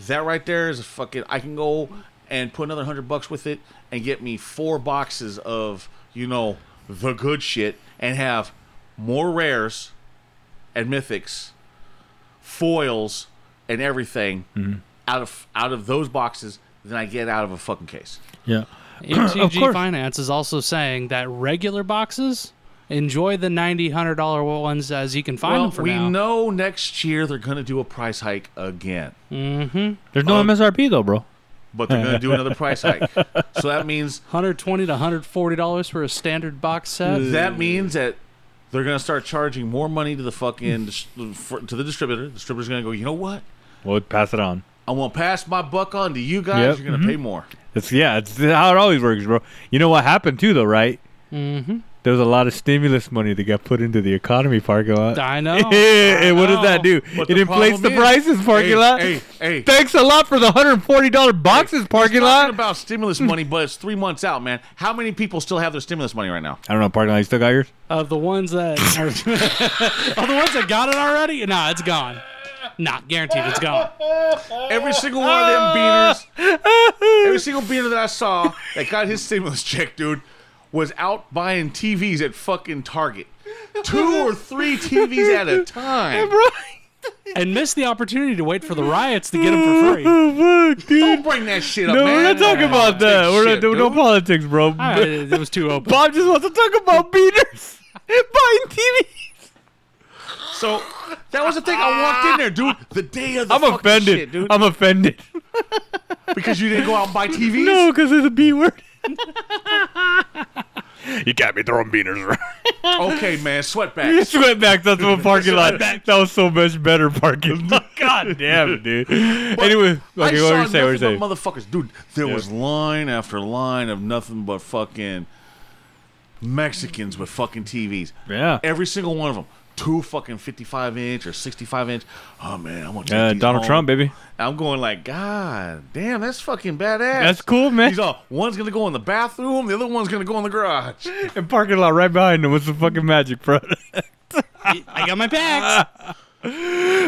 A: That right there is a fucking. I can go and put another hundred bucks with it and get me four boxes of you know the good shit and have more rares and mythics, foils and everything
G: Mm-hmm.
A: out of out of those boxes than I get out of a fucking case.
G: yeah.
H: MTG
G: course.
H: Finance is also saying that regular boxes enjoy the ninety hundred dollar ones as you can find
A: well,
H: them for
A: we
H: now.
A: know next year they're going to do a price hike again,
G: There's no MSRP though, bro.
A: but they're going to do another price hike. So that means
H: Hundred twenty to hundred forty dollars for a standard box set.
A: that means that they're going to start charging more money to the fucking dis- for, to the distributor. The distributor's going to go, you know what?
G: Well, pass it on.
A: I want to pass my buck on to you guys.
G: Yep, Mm-hmm.
A: You're going to pay more.
G: It's yeah, it's how it always works, bro. You know what happened too, though, right? Mm-hmm. There was a lot of stimulus money that got put into the economy parking lot.
H: I know.
G: and what does
H: I
G: that do?
H: know.
A: But
G: it
A: the
G: inflates
A: problem
G: the
A: is-
G: prices, parking
A: hey,
G: lot.
A: Hey, hey.
G: Thanks a lot for the hundred forty dollar boxes, parking
A: Talking
G: lot.
A: about stimulus money, but it's three months out, man. How many people still have their stimulus money right now?
G: I don't know, parking lot. You still got yours?
H: Of the ones that are, of the ones that got it already, nah, it's gone. Nah, guaranteed, it's gone.
A: Every single one of them beaners, every single beaner that I saw that got his stimulus check, dude, was out buying TVs at fucking Target. Two or three TVs at a time.
H: And missed the opportunity to wait for the riots to get them for free.
A: Don't bring that shit up,
G: No,
A: man.
G: we're not talking about that. We're not
A: Shit,
G: doing no
A: dude.
G: politics, bro.
H: Ah, it it was too open.
G: Bob just wants to talk about beaters buying TV.
A: So that was the thing. I walked in there, dude. The day of the
G: I'm
A: fucking
G: offended.
A: shit, dude,
G: I'm offended.
A: because you didn't go out and buy TVs.
G: No, because it's a B word. you can't be throwing beaners around.
A: Okay, man. Sweatbacks.
G: Sweatbacks, that's what parking lot. That was so much better parking lot. God damn, dude. anyway, okay,
A: I saw
G: what were you saying? What were you
A: nothing
G: saying?
A: but motherfuckers, dude. There was line after line of nothing but fucking Mexicans with fucking TVs.
G: Yeah.
A: every single one of them. Two fucking fifty-five inch or sixty-five inch. Oh man, I want
G: Uh, Donald Trump, baby.
A: I'm going like, God damn, that's fucking badass.
G: That's cool, man.
A: He's all one's gonna go in the bathroom, the other one's gonna go in the garage.
G: And parking lot right behind him with some fucking magic product.
H: I got my packs.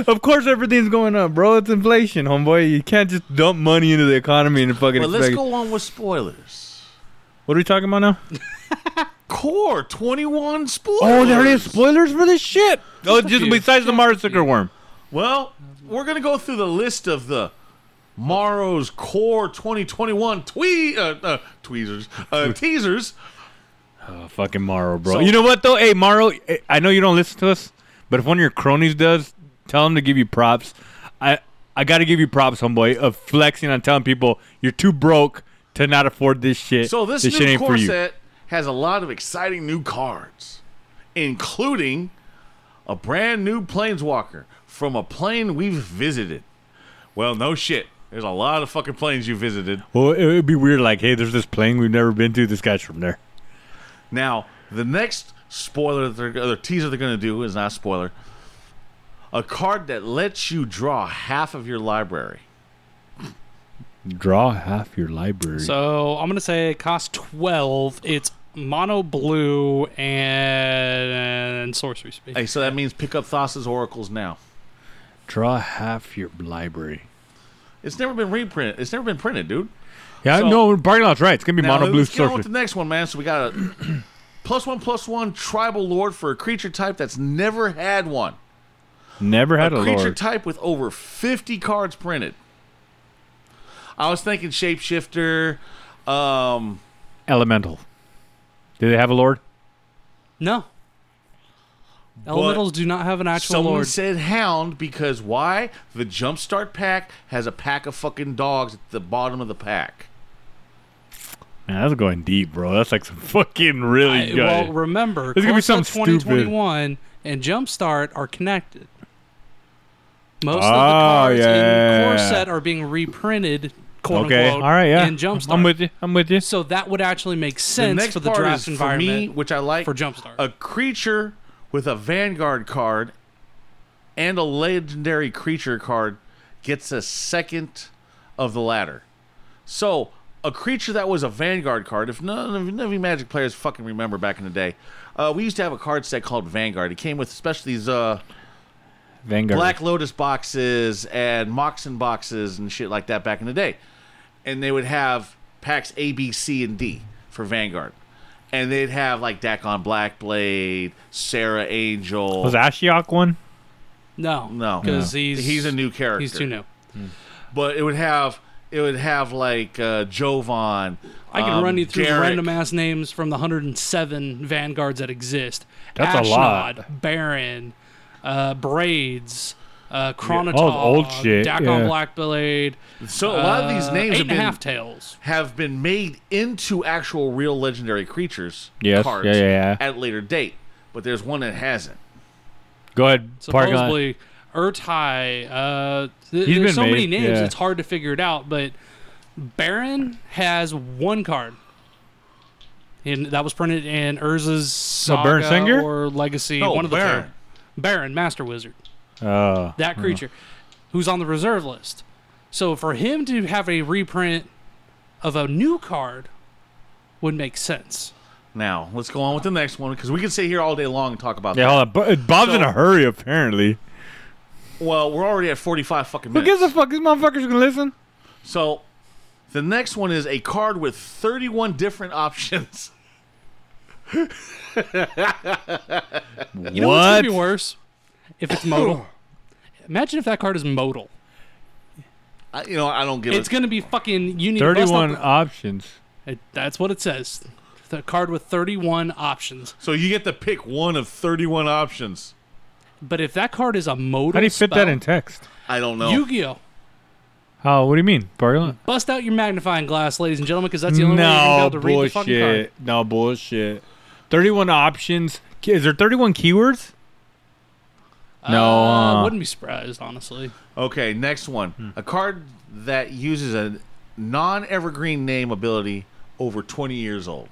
G: of course, everything's going up, bro. It's inflation, homeboy. You can't just dump money into the economy and fucking
A: But let's
G: expect.
A: go on with spoilers.
G: What are we talking about now?
A: Core twenty-one spoilers.
G: Oh, there it is. Spoilers for this shit. Oh, just
H: you.
G: besides the Marsucker worm.
A: Well, we're gonna go through the list of the Morrow's Core 2021 twee uh, uh, tweezers uh, teasers.
G: Oh, fucking Morrow, bro. you know what though? Hey, Morrow, eh, I know you don't listen to us, but if one of your cronies does, tell him to give you props. I I got to give you props, homeboy, of flexing on telling people you're too broke to not afford this shit.
A: So this,
G: shit
A: new
G: ain't for
A: core
G: you.
A: set has a lot of exciting new cards, including a brand new planeswalker from a plane we've visited. Well, no shit. There's a lot of fucking planes you visited.
G: Well, it would be weird. Like, hey, there's this plane we've never been to. This guy's from there.
A: Now, the next spoiler, that they're, the teaser they're going to do is not a spoiler. A card that lets you draw half of your library.
G: Draw half your library.
H: So I'm gonna say it costs twelve. It's mono blue and, and sorcery speed.
A: Hey, so that means pick up Thassa's Oracles now.
G: Draw half your library.
A: It's never been reprinted. It's never been printed, dude.
G: Yeah,
A: So-
G: no, parking lot's right. It's gonna be
A: Now,
G: mono blue
A: let's get on with
G: sorcery.
A: the next one, man. So we got a plus one, plus one tribal lord for a creature type that's never had one.
G: Never had a,
A: a creature
G: lord.
A: type with over 50 cards printed. I was thinking shapeshifter. Um,
G: Elemental. Do they have a lord?
H: No. Elementals do not have an actual
A: someone
H: lord.
A: said hound because why? The jumpstart pack has a pack of fucking dogs at the bottom of the pack.
G: Man, that's going deep, bro. That's like some fucking really
H: I-
G: good.
H: well, remember,
G: This is gonna be
H: Corsa
G: something stupid.
H: 2021 and Jumpstart are connected. Most of the
G: Oh,
H: cards
G: yeah.
H: in core set are being reprinted, quote
G: Okay.
H: unquote,
G: All right. Yeah.
H: in Jumpstart.
G: I'm with you. I'm with you.
H: So that would actually make
A: The
H: sense
A: next
H: for the
A: part
H: draft
A: is for
H: environment.
A: me, which I like
H: for Jumpstart.
A: A creature with a Vanguard card and a legendary creature card gets a second of the latter. So a creature that was a Vanguard card, if none of, none of you Magic players fucking remember back in the day, uh, we used to have a card set called Vanguard. It came with especially these uh,
G: Vanguard.
A: Black Lotus boxes and Moxon boxes and shit like that back in the day. And they would have packs A, B, C, and D for Vanguard. And they'd have like Dakon Blackblade, Sarah Angel.
G: Was Ashiok one?
H: no,
A: No.
H: because he's
A: He's a new character.
H: He's too new.
A: But it would have it would have like uh Jovan.
H: I can
A: um,
H: run you through
A: Garrick.
H: random ass names from the 107 vanguards that exist.
G: That's a
H: Ashnod,
G: lot.
H: Baron, uh, Braids, uh, Chronotog,
G: old shit,
H: Dakon
G: yeah.
H: Blackblade.
A: So a lot of these
H: uh,
A: names
H: eight
A: have
H: and a
A: been,
H: half tails.
A: have been made into actual real legendary creatures
G: Yes,
A: cards
G: yeah, yeah, yeah.
A: at a later date. But there's one that hasn't.
G: Go ahead. Park on.
H: supposedly Ertai. Uh, th-
G: He's
H: there's
G: been
H: so many
G: made,
H: names,
G: yeah.
H: it's hard to figure it out. But Baron has one card, and that was printed in Urza's
G: Oh, Baron
H: Saga
G: Singer?
H: or Legacy.
A: No,
H: one of the
A: Baron.
H: two. Baron, Master Wizard,
G: Oh.
H: that creature, who's on the reserve list. So for him to have a reprint of a new card would make sense.
A: Now let's go on with the next one because we can sit here all day long and talk about
G: Yeah,
A: that.
G: hold on. Bo- Bob's in
A: So-
G: a hurry, apparently.
A: Well, we're already at forty-five fucking
G: Who
A: minutes.
G: gives a fuck? These motherfuckers gonna listen.
A: so the next one is a card with thirty-one different options.
H: You know what's
G: what?
H: gonna be worse? If it's modal. Imagine if that card is modal.
A: I, you know, I don't get
H: It's
A: it.
H: gonna be fucking. You need let's not-
G: Thirty-one options.
H: It, that's what it says. The card with 31 options.
A: So you get to pick one of thirty-one options.
H: But if that card is a modal
G: How do you fit that in text?
A: I don't know.
H: Yu-Gi-Oh!
G: How? What do you mean, Park on?
H: Bust out your magnifying glass, ladies and gentlemen, because that's the only way you're
G: No
H: gonna be able to read the fucking card.
G: bullshit. No bullshit. Thirty-one options. Ki- Is there thirty-one keywords? No.
H: I
G: uh,
H: wouldn't be surprised, honestly.
A: okay, next one.
G: Hmm.
A: A card that uses a non-evergreen name ability over twenty years old.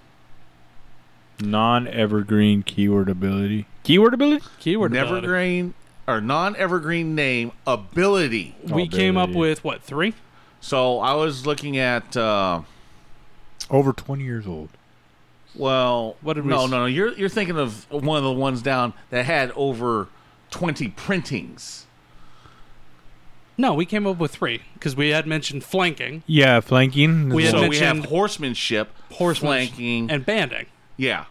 G: non-evergreen keyword ability. Keyword ability?
H: Keyword about it.
A: Evergreen or non-evergreen name ability.
H: We came up
G: Ability.
H: with, what, three?
A: So I was looking at. Uh,
G: Over twenty years old.
A: Well,
H: What did we
A: no,
H: s-
A: no, no. You're you're thinking of one of the ones down that had over twenty printings.
H: No, we came up with three because we had mentioned flanking,
G: Yeah, flanking.
H: We had
A: so
G: So-
A: we have
H: mentioned
A: horsemanship,
H: horse
A: flanking,
H: and banding.
A: yeah.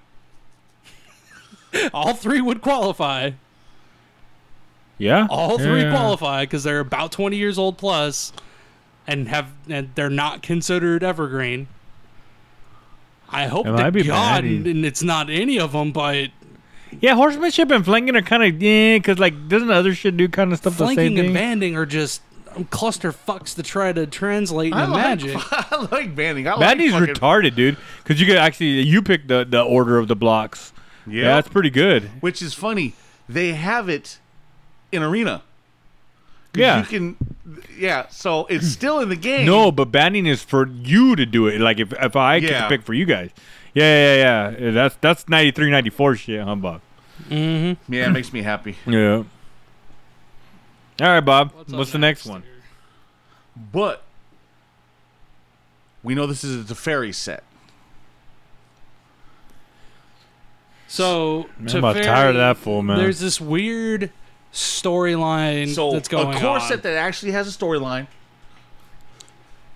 H: All three would qualify.
G: yeah.
H: All three
G: Yeah.
H: qualify because they're about 20 years old plus and have and they're not considered evergreen. I hope
G: It
H: to
G: might be
H: God
G: bad.
H: and it's not any of them, but
G: Yeah, horsemanship and flanking are kind of yeah, because like doesn't other shit do kind of stuff the same
H: flanking and
G: thing?
H: banding are just um, cluster fucks to try to translate
A: I
H: into
A: like-
H: magic.
A: I like banding. I
G: Banding's
A: like fucking,
G: retarded, dude. Because you could actually you pick the the order of the blocks.
A: Yeah.
G: Yeah, that's pretty good.
A: which is funny. They have it in arena. 'Cause
G: Yeah.
A: you can. Yeah, so it's still in the game.
G: No, but banning is for you to do it. Like if if I get
A: Yeah.
G: to pick for you guys. Yeah, yeah, yeah. Yeah, That's that's 93, 94 shit, humbug.
A: yeah, it makes me happy.
G: Yeah. All right, Bob. What's, the next one?
A: But we know this is a Teferi set.
H: So,
G: I'm about tired of that fool, man.
H: There's this weird storyline
A: So
H: that's going
A: a core
H: on.
A: set that actually has a storyline.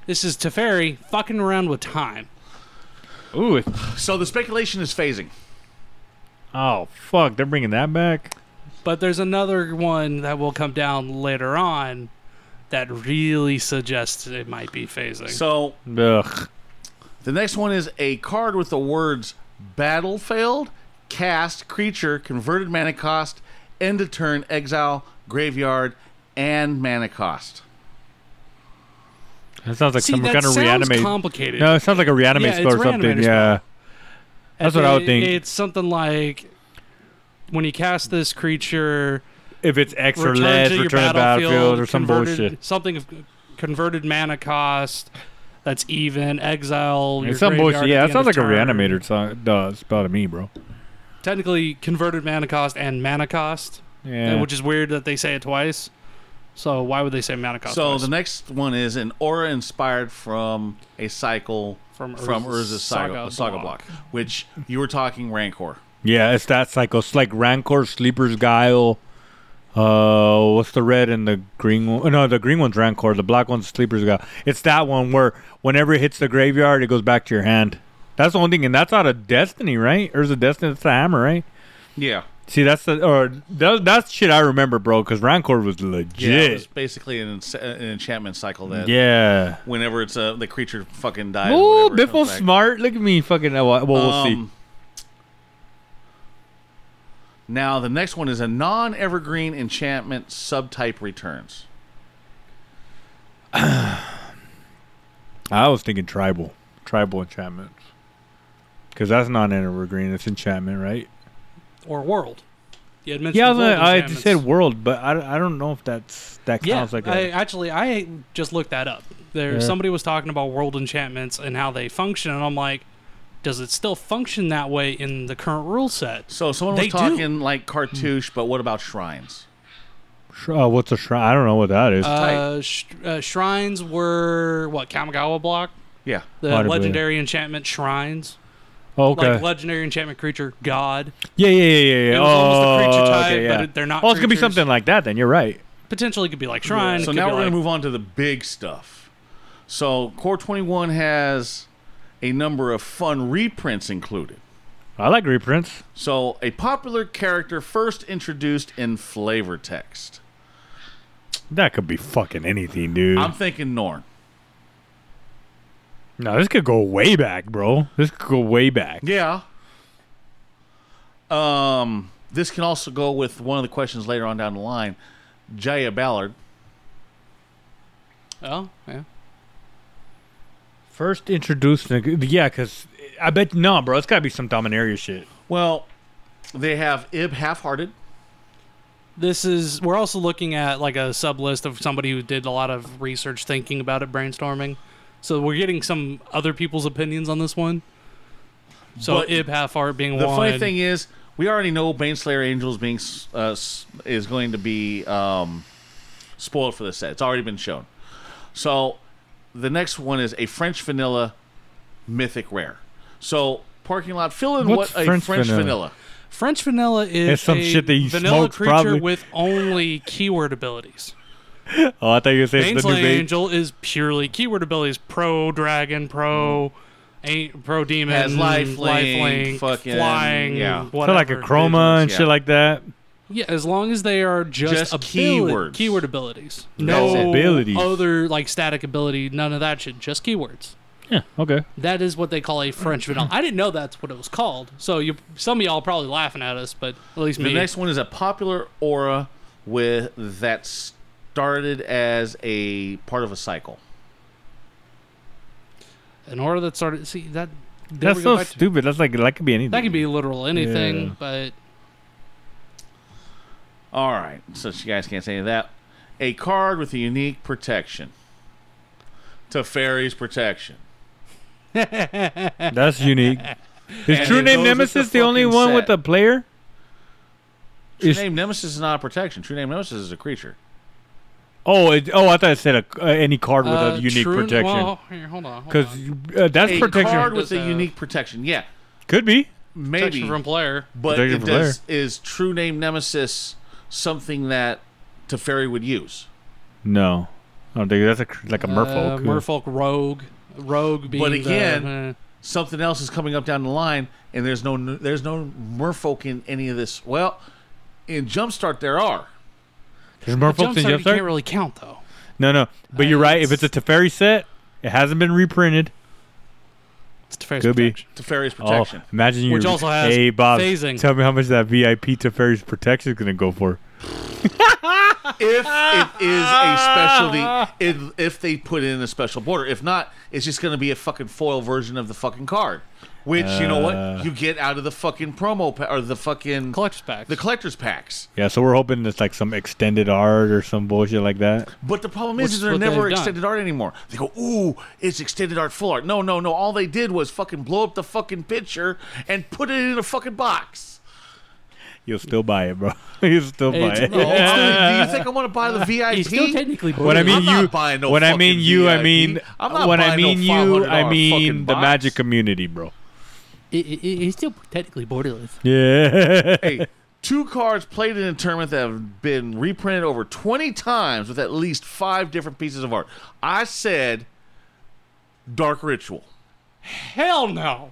H: this is Teferi fucking around with time.
G: Ooh, it's-
A: So the speculation is phasing.
G: oh fuck, they're bringing that back.
H: But there's another one that will come down later on that really suggests it might be phasing.
A: So
G: Ugh.
A: The next one is a card with the words Battlefield, Cast, Creature, Converted Mana Cost, End of Turn, Exile, Graveyard, and Mana Cost.
G: That sounds like
H: See,
G: some
H: that
G: kind of
H: sounds
G: reanimate.
H: complicated.
G: No, it sounds like a reanimate
H: Yeah,
G: spell
H: it's
G: or something.
H: reanimate
G: Yeah, that's what I would
H: It-
G: think.
H: It's something like when you cast this creature,
G: if it's X or
H: Return
G: Led,
H: to your
G: Return to Battlefield, or some
H: converted-
G: bullshit.
H: Something of converted mana cost that's even, exile. your
G: It's some
H: graveyard
G: bullshit.
H: at
G: Yeah,
H: the
G: it sounds
H: end of
G: like a
H: turn.
G: reanimator song. Duh, spell to me, bro.
H: Technically, converted mana cost and mana cost,
G: Yeah.
H: and- which is weird that they say it twice. So why would they say mana cost?
A: So
H: twice?
A: the next one is an aura inspired from a cycle
H: From
A: from, from
H: Urza's
A: Urza's saga,
H: Saga
A: saga, block. which you were talking Rancor.
G: Yeah, it's that cycle. It's like Rancor, Sleeper's Guile. Uh, what's the red and the green one? Oh, No, the green one's Rancor. The black one's Sleeper's Guile. It's that one where whenever it hits the graveyard, it goes back to your hand. That's the only thing, and that's out of Destiny, right? Or is it Destiny? That's the hammer, right?
A: Yeah.
G: See, that's the or that, that's shit I remember, bro. Because Rancor was
A: Yeah, it
G: legit.
A: was basically an, enc- an enchantment cycle that
G: Yeah.
A: whenever it's a, the creature fucking dies.
G: Oh,
A: whatever, it comes
G: Biffle's
A: back.
G: smart. Look at me, fucking. uh, Well, we'll see.
A: Um, Now the next one is a non-evergreen enchantment subtype returns.
G: I was thinking tribal, tribal enchantments, because that's not evergreen. It's enchantment, right?
H: or world. You had mentioned
G: Yeah, I, was
H: world
G: gonna- I
H: enchantments.
G: said world, but I, I don't know if that's that
H: Yeah,
G: counts like
H: I,
G: that.
H: actually, I just looked that up. There,
G: Yeah.
H: somebody was talking about world enchantments and how they function, and I'm like, does it still function that way in the current rule set?
A: So someone
H: They
A: was
H: do.
A: talking like cartouche, but what about shrines?
G: Sh- uh, what's a shrine? I don't know what that is.
H: Uh, sh- uh, shrines were what Kamigawa block,
A: Yeah.
H: the
G: Might have been.
H: legendary enchantment shrines,
G: Oh, okay.
H: like legendary enchantment creature god,
G: yeah, yeah, yeah, yeah. yeah.
H: it was almost a
G: oh,
H: creature type,
G: okay, yeah.
H: but it- they're not
G: Oh, it's gonna be
H: creatures.
G: something like that. Then you're right.
H: potentially could be like shrine.
A: So
H: it could
A: now
H: be
A: we're
H: like-
A: gonna move on to the big stuff. So Core 21 has a number of fun reprints included.
G: I like reprints.
A: So a popular character first introduced in flavor text.
G: That could be fucking anything, dude.
A: I'm thinking Norn.
G: no, this could go way back, bro. This could go way back.
A: Yeah. Um, this can also go with one of the questions later on down the line. Jaya Ballard.
H: Oh, yeah.
G: First introduced, neg- yeah, because I bet no, bro. It's gotta be some Dominaria shit.
A: Well, they have Ib Half Hearted.
H: This is we're also looking at like a sub list of somebody who did a lot of research thinking about it, brainstorming. So we're getting some other people's opinions on this one. So
A: But
H: Ib Halfart being
A: The
H: one.
A: funny thing is, we already know Baneslayer Angels being s- uh, s- is going to be um, spoiled for the set. It's already been shown. So the next one is a French vanilla mythic rare. So parking lot fill in
G: What's
A: what a
G: French
A: French,
G: vanilla?
A: vanilla.
H: French vanilla is
G: It's some
H: a
G: shit that you
H: vanilla
G: smoked,
H: creature
G: probably.
H: with only keyword abilities.
G: Oh, I thought you were saying it's the
H: Baneslayer
G: new babe.
H: Angel is purely keyword abilities: pro dragon, pro, a- pro demon,
A: Mm. Has lifelink,
H: lifelink,
A: fucking-
H: flying,
A: yeah.
H: whatever.
G: So like a chroma and
A: Yeah.
G: shit like that.
H: Yeah, as long as they are just,
A: Just
H: abili-
A: keywords.
H: keyword abilities.
A: That's
H: No
A: it.
G: Abilities.
H: other like static ability, none of that shit. Just keywords.
G: Yeah. Okay.
H: That is what they call a French vanilla. I didn't know that's what it was called. So you, some of y'all probably laughing at us, but at least
A: The
H: me.
A: next one is a popular aura with that started as a part of a cycle.
H: An order that started. See that. there
G: That's
H: we go
G: so
H: back to-
G: stupid. That's like that could be anything.
H: that could be literal anything,
G: Yeah.
H: but
A: All right, so you guys can't say any of that. A card with a unique protection. To fairies protection.
G: That's unique. Is
A: And
G: True
A: it
G: Name
A: goes with
G: Nemesis the,
A: the
G: only
A: fucking
G: one
A: set.
G: with a player?
A: True
G: Is-
A: name Nemesis is not a protection. True name Nemesis is a creature.
G: Oh, it, oh, I thought it said a, uh, any card with
H: uh,
G: a unique
H: true-
G: protection.
H: well, here, hold on, hold
G: Because
H: on.
G: uh, that's
A: a
G: protection.
A: card with
H: Does,
A: a
H: uh,
A: unique protection. Yeah,
G: could be.
A: maybe.
H: protection from player.
A: but
G: protection
A: it
G: from
A: does, is True Name Nemesis something that Teferi would use?
G: No, I don't think that's a, cr- like a
H: Uh,
G: merfolk.
H: Merfolk rogue, rogue being.
A: But
H: the-
A: again,
H: eh.
A: Something else is coming up down the line, and there's no there's no merfolk in any of this. Well, in Jumpstart there are.
G: There's
H: But
G: merfolks in
H: Jumpstart, you can't
G: Jumpstart.
H: really count though.
G: no, no. But you're right. If it's a Teferi set, it hasn't been reprinted.
H: It's Teferi's
G: Could be.
H: protection.
A: Teferi's
G: Oh,
A: protection.
G: imagine you.
H: Which also has
G: hey, Bob,
H: phasing.
G: tell me how much that VIP Teferi's protection is gonna go for.
A: if it is a specialty, if, if they put in a special border. If not, it's just going to be a fucking foil version of the fucking card. Which you know
G: Uh.
A: what you get out of the fucking promo pa- or the fucking
H: Collector's packs.
A: the collectors packs.
G: Yeah, so we're hoping it's like some extended art or some bullshit like that.
A: But the problem is,
H: Which
A: is
H: is
A: they're
H: what
A: never
H: they've done.
A: extended art anymore. They go, ooh, it's extended art full art. No, no, no. All they did was fucking blow up the fucking picture and put it in a fucking box.
G: You'll still buy it, bro. You'll still buy
H: It's-
G: it.
H: no,
A: Oh, dude, do you think I want to buy the VIP?
H: He's still technically
G: When I
H: blue.
G: mean
A: I'm not
G: you,
A: buying no
G: when I
A: fucking
G: mean you, I
A: VIP.
G: mean
A: I'm not
G: when I
A: buying no
G: mean you, I
A: $500 fucking
G: mean the
A: box.
G: magic community, bro.
H: He- he- he- he's still technically borderless.
G: Yeah.
A: hey, two cards played in a tournament that have been reprinted over 20 times with at least five different pieces of art. I said Dark Ritual.
H: Hell no.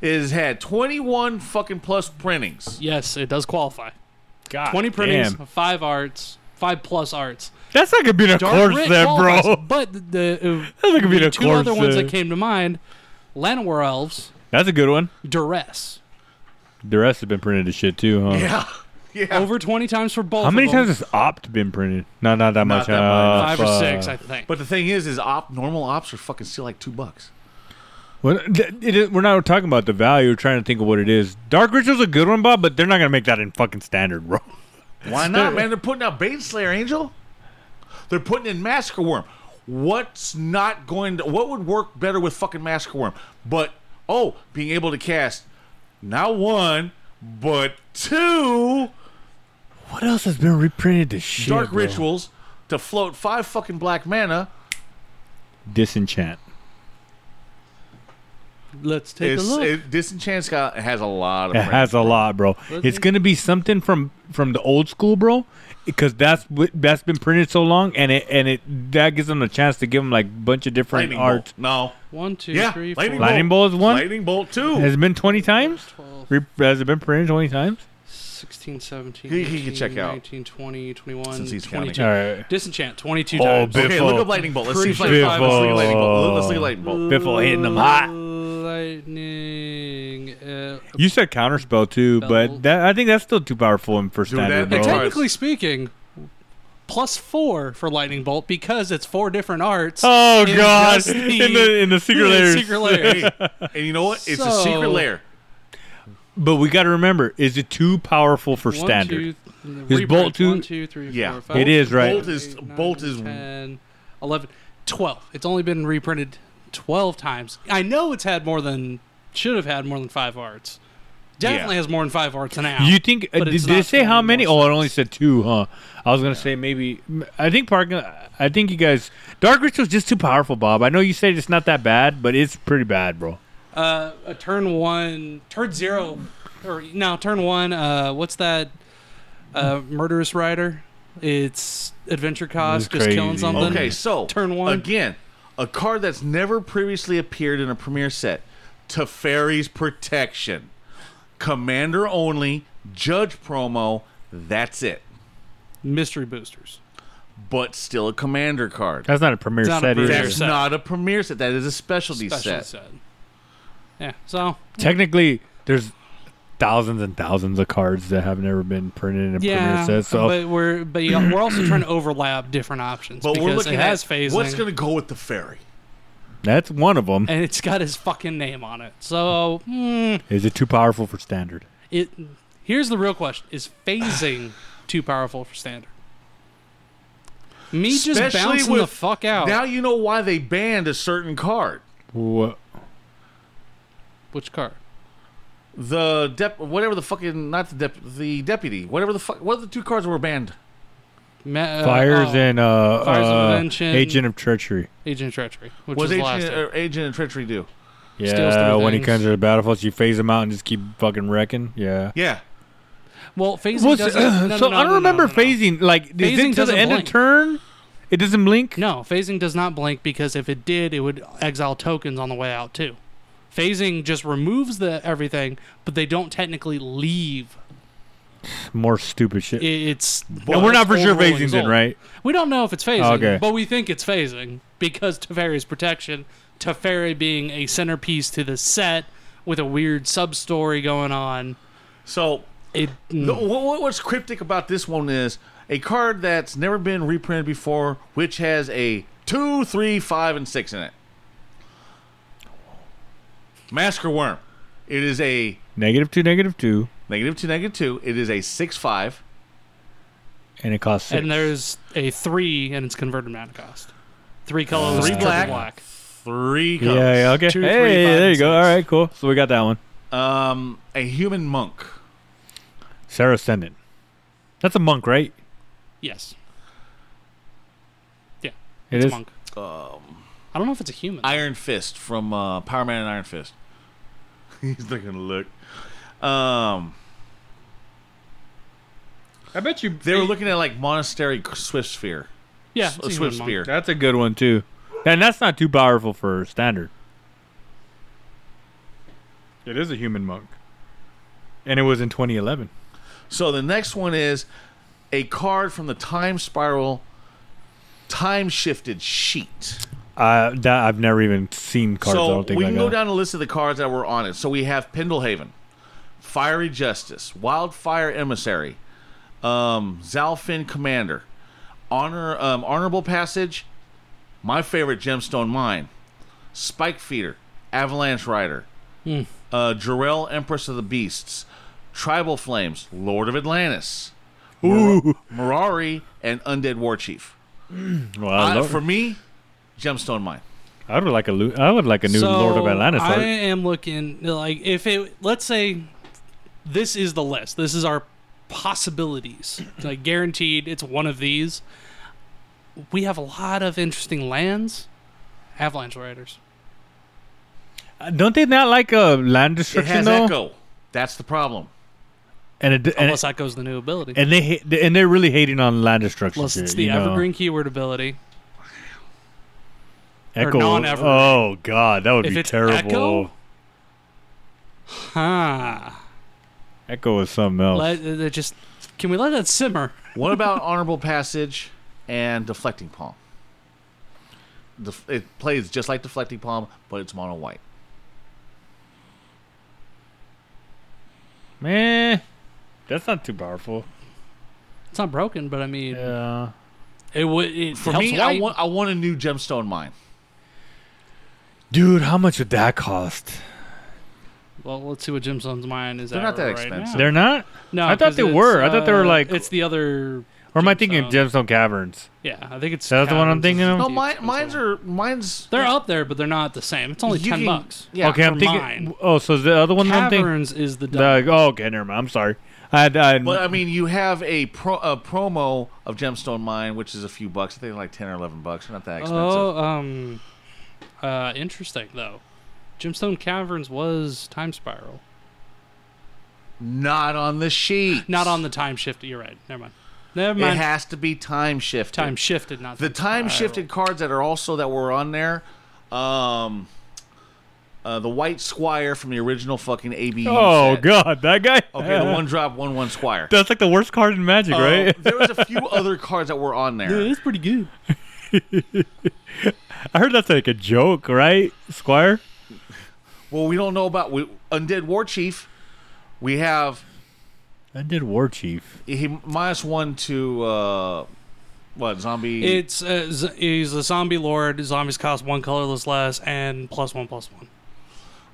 A: It has had 21 fucking plus printings.
H: Yes, it does qualify.
G: God,
H: Twenty printings,
G: damn.
H: five arts, five plus arts.
G: That's not gonna be in a
H: Dark
G: course
H: Writ
G: there,
H: qualifies,
G: bro.
H: But the, the,
G: That's not gonna be in
H: the
G: a
H: two other
G: course uh,
H: ones that
G: there.
H: came to mind, Llanowar Elves,
G: That's a good one.
H: Duress.
G: The rest have been printed to shit too, huh?
A: Yeah. Yeah.
H: Over 20 times for both
G: How
H: of
G: many
H: them.
G: times has Opt been printed? Not not that much. uh,
A: that much.
G: huh?
H: Five or
G: Fuck.
H: six, I think.
A: But the thing is, is op normal ops are fucking still like two bucks.
G: Well, th- it is- we're not talking about the value. We're trying to think of what it is. Dark Ritual's a good one, Bob, but they're not gonna make that in fucking standard, bro.
A: Why not, man? They're putting out Bane Slayer Angel. They're putting in Massacre Worm. What's not going to what would work better with fucking Massacre Worm? But oh, being able to cast not one, but two
G: What else has been reprinted to shit?
A: dark
G: bro?
A: rituals to float five fucking black mana.
G: Disenchant.
H: Let's take a
A: It's
H: look.
A: it, Disenchant has a lot of
G: It has a lot, bro. It's gonna be something from from the old school, bro, because that's what that's been printed so long, and it and it that gives them a chance to give them like bunch of different
A: lightning
G: art.
A: bolt. No,
H: One, two,
A: yeah,
H: three, four,
A: lightning,
G: Lightning
A: bolt.
G: bolt is one.
A: Lightning bolt two.
G: Has it been twenty times?
H: 12,
G: Re- has it been printed twenty times?
H: 16, 17,
A: He- he can check
H: 18,
A: out.
H: 19, 20, 21,
A: Since he's counting.
H: 22.
G: All right.
H: Disenchant, 22
G: Oh,
H: times.
G: big-
A: Okay,
G: Biffo.
A: look up lightning bolt. Let's see
H: Pretty
A: if lightning bolt. Let's look at lightning bolt.
G: Biffo.
A: Let's look at lightning bolt.
G: Biffle hitting them hot.
H: Lightning. Uh,
G: You said counterspell too,
H: Bell.
G: but that I think that's still too powerful in first
A: Dude,
G: standard,
A: that-
G: bro.
A: that card-
H: technically speaking, plus four for Lightning Bolt because it's four different arts.
G: Oh
H: It's
G: god!
H: just the-
G: in the in the secret layers.
H: Secret layers.
A: And you know what? It's a
H: So-
A: secret lair.
G: But we got to remember: is it too powerful for
H: One,
G: standard?
H: two, th-
G: His
H: reprints.
G: bolt two-
H: One, two, three,
A: Yeah.
H: four, five,
G: It is, right.
A: Bolt is-
H: eight, nine,
A: bolt is-
H: 10, 11, 12. It's only been reprinted 12 times. I know it's had more than, should have had more than five arts. Definitely has more than five arts an hour.
G: You think? Uh,
H: But
G: did
H: it's
G: did
H: not
G: it say how
H: standard
G: many? Oh,
H: more
G: it
H: sets.
G: only said two, huh? I was gonna say maybe. I think parking. I think you guys. Dark Ritual's just too powerful, Bob. I know you said it's not that bad, but it's pretty bad, bro.
H: uh, a turn one, turn zero, or no, turn one. Uh, what's that? Uh, murderous rider. It's adventure cost,
G: That's
H: just killing
G: crazy.
H: something.
A: Okay, so
H: turn one.
A: again. A card that's never previously appeared in a premiere set. Teferi's Protection. Commander only, Judge promo, that's it.
H: mystery boosters.
A: But still a Commander card.
G: That's not a premier
H: It's not a
G: set
H: premier
G: either.
A: That's
H: set.
A: not a premiere set. That is a specialty,
H: Special
A: set.
H: set. Yeah. So
G: Technically, there's thousands and thousands of cards that have never been printed in a
H: yeah,
G: premier set. So
H: but we're but yeah, we're also trying to overlap different options
A: But
H: because
A: we're looking
H: it has
A: at
H: phasing
A: what's going to go with the fairy.
G: that's one of them.
H: and it's got his fucking name on it. So hmm,
G: Is it too powerful for standard?
H: it here's the real question: Is phasing too powerful for standard? Me just
A: Especially
H: bouncing the
A: with-
H: fuck out.
A: Now you know why they banned a certain card.
G: What?
H: Which card?
A: The dep, whatever the fucking not the dep, the deputy, whatever the fuck, what are the two cards that were banned?
H: Ma- uh,
G: Fires
H: oh,
G: and uh,
H: Fires of
G: uh,
H: Invention.
G: Agent of Treachery.
H: Agent of Treachery, which
A: Was
H: was last.
A: agent, uh,
H: year.
A: or agent and treachery do?
H: Steals
G: Yeah,
H: through
G: when he
H: things.
G: comes to the battlefield, you phase him out and just keep fucking wrecking. Yeah.
A: Yeah,
H: well, phasing
G: Well,
H: doesn't.
G: so
H: no, no,
G: so
H: no,
G: I
H: no, no,
G: don't remember
H: no, no.
G: phasing. Like, is
H: Phasing
G: it to
H: doesn't
G: the end
H: blink.
G: of turn? It doesn't blink.
H: No, phasing does not blink because if it did, it would exile tokens on the way out too. Phasing just removes the everything, but they don't technically leave.
G: More stupid
H: I-
G: shit.
H: It's
G: and we're not for sure
H: overruling
G: phasing's
H: Zol.
G: in, right?
H: We don't know if it's phasing,
G: Okay.
H: but we think it's phasing because Teferi's protection, Teferi being a centerpiece to the set with a weird sub story going on.
A: So
H: It mm,
A: the,
G: Hmm.
A: what, what- what's cryptic about this one is a card that's never been reprinted before, which has a two, three, five, and six in it. Masker Worm. It is a
G: Negative two, negative two,
A: negative two, negative two. It is a six five.
G: and it costs six.
H: And there's a three, and it's converted mana cost. Three colors,
A: Uh, Three
H: triple
A: black.
H: black.
A: Three
G: yeah,
A: colors.
G: yeah, okay.
H: Two,
G: hey,
H: three, five,
G: there
H: and
G: you go. All
H: six.
G: right, cool. So we got that one.
A: Um, a human monk.
G: Sarah Ascendant. That's a monk, right?
H: Yes,
G: It
H: it's
G: is.
H: monk.
A: Um,
H: I don't know if it's a human.
A: Iron Fist from uh, Power Man and Iron Fist. He's not gonna look. Um,
I: I bet you
A: they were looking at like monastery swift sphere,
H: yeah,
A: S-
H: it's a human
A: swift
H: monk.
A: spear.
G: That's a good one too. And that's not too powerful for standard. It is a human monk. And it was in 2011.
A: So the next one is a card from the time spiral, time shifted sheet.
G: Uh, that I've never even seen cards. I
A: so
G: don't think
A: we
G: like
A: can go
G: that.
A: down a list of the cards that were on it. So we have Pendlehaven, Fiery Justice, Wildfire Emissary, um, Zalfin Commander, Honor um, Honorable Passage, my favorite gemstone mine, Spike Feeder, Avalanche Rider, uh, Jarell Empress of the Beasts, Tribal Flames, Lord of Atlantis, Ooh. Mirari, and Undead War Chief.
G: Well, I,
A: Uh,
G: love-
A: for me, gemstone mine.
G: I would like a lo- I would like a new
H: so
G: Lord of Atlantis.
H: I
G: art.
H: am looking like if it. Let's say this is the list. This is our possibilities. It's like guaranteed, it's one of these. We have a lot of interesting lands. Avalanche Riders.
G: Uh, Don't they not like uh, land
A: It
G: destruction
A: has
G: though?
A: Echo. That's the problem.
G: And it, and,
H: Unless that goes the new ability.
G: and they ha- and they're really hating on land destruction.
H: Unless it's
G: shit,
H: the
G: you know.
H: evergreen keyword ability. or
G: Echo.
H: non-evergreen.
G: Oh god, that would
H: If
G: be
H: it's
G: terrible.
H: Echo? Huh.
G: Echo is something else.
H: Let, uh, just can we let that simmer?
A: What about honorable passage and deflecting palm? Def- it plays just like deflecting palm, but it's mono white.
G: Man, that's not too powerful.
H: It's not broken, but I mean,
G: Yeah.
H: it would. It
A: For
H: helps
A: me, I
H: white.
A: want I want a new gemstone mine.
G: Dude, how much would that cost?
H: Well, let's see what Jimson's mine is.
A: They're
H: at
A: not that
H: right
A: expensive.
H: Now.
G: They're not?
H: No,
G: I thought
H: 'cause
G: they
H: it's,
G: were. I thought they were
H: uh,
G: like-
H: it's the other.
G: Or am I thinking Gemstone Caverns?
H: Yeah, I think it's.
G: Is that the one I'm
H: Caverns is
G: thinking of?
H: the
A: No, mine,
H: expensive
A: mine's
H: one.
A: are mine's
H: They're up there, but they're not the same. It's only
A: you
H: ten
A: can-
H: bucks.
A: Yeah,
G: okay, I'm
H: for
G: thinking.
H: mine.
G: Oh, so is the other one I'm thinking?
H: Caverns is the.
G: The, oh, okay, never mind. I'm sorry. I, had- I, had-
A: But uh, I mean, you have a pro a promo of gemstone mine, which is a few bucks. I think like ten or eleven bucks. They're not that expensive.
H: Oh, um, uh, interesting though. Gemstone Caverns was Time Spiral,
A: Not on the sheet.
H: not on the Time Shift. You're right. Never mind. Never
A: It
H: mind.
A: has to be time shifted.
H: time Shifted, not
A: The time
H: Spiral.
A: shifted cards that are also that were on there, um, uh, the White Squire from the original fucking ABU.
G: oh
A: set.
G: god, that guy.
A: Okay, the one drop one one Squire.
G: That's like the worst card in Magic,
A: Uh,
G: right?
A: there was a few other cards that were on there.
H: It's pretty good.
G: I heard that's like a joke, right, Squire?
A: Well, we don't know about we, Undead War Chief. We have
G: I did War Chief.
A: he minus one to uh, what zombie?
H: It's uh, z- he's a zombie lord. Zombies cost one colorless less and plus one plus one.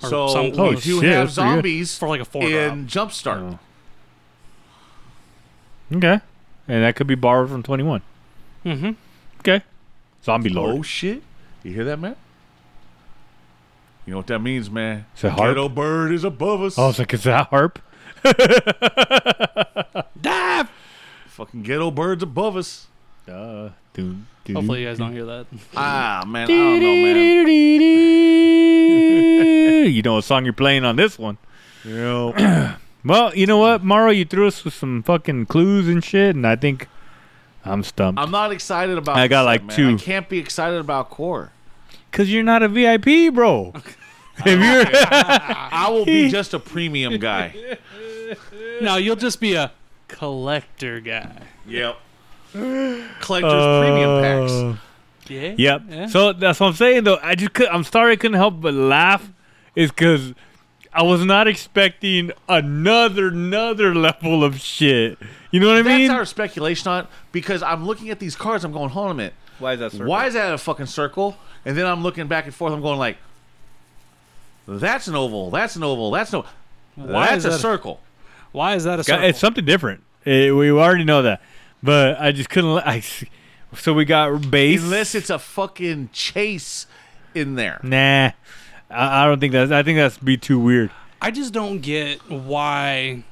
H: Or
A: so
G: Oh,
H: some
A: we
H: close.
A: do
G: shit, that's
A: have
G: pretty good. Oh.
A: zombies
H: For like a four
A: in Jumpstart.
G: Okay, and that could be borrowed from Twenty One.
H: Mm-hmm.
G: Okay, Zombie Lord.
A: Oh shit! You hear that, man? You know what that means, man?
G: It's a harp?
A: Ghetto bird is above us.
G: I was Oh, like, is that harp?
A: Fucking ghetto birds above us.
G: Duh. Dude, dude.
H: Hopefully you guys don't hear that.
A: Ah, man, I don't know, man.
G: you know what song you're playing on this one. well, you know what, Mauro, you threw us with some fucking clues and shit, and I think I'm stumped.
A: I'm not excited about.
G: I got
A: this,
G: like
A: man.
G: two.
A: I can't be excited about core.
G: Cause you're not a VIP, bro. if you're
A: I will be just a premium guy.
H: no, you'll just be a collector guy.
A: yep. Collectors premium
G: Uh,
A: packs.
H: Yeah.
G: Yep.
H: Yeah.
G: So that's what I'm saying though. I just could, I'm sorry I couldn't help but laugh, is because I was not expecting another another level of shit. You know what I
A: That's
G: mean?
A: our speculation on it because I'm looking at these cards. I'm going, hold on a minute.
I: why is that? Circle?
A: Why is that a fucking circle? And then I'm looking back and forth. I'm going like, That's an oval. That's an oval. That's no.
H: Why
A: that's
H: is
A: a
H: that-
A: circle.
H: Why is that a
G: Got-
H: circle?
G: It's something different. Eh, we already know that, but I just couldn't. let- I s- so we got base.
A: Unless it's a fucking chase in there.
G: nah, I, I don't think that's. I think that's be too weird.
H: I just don't get why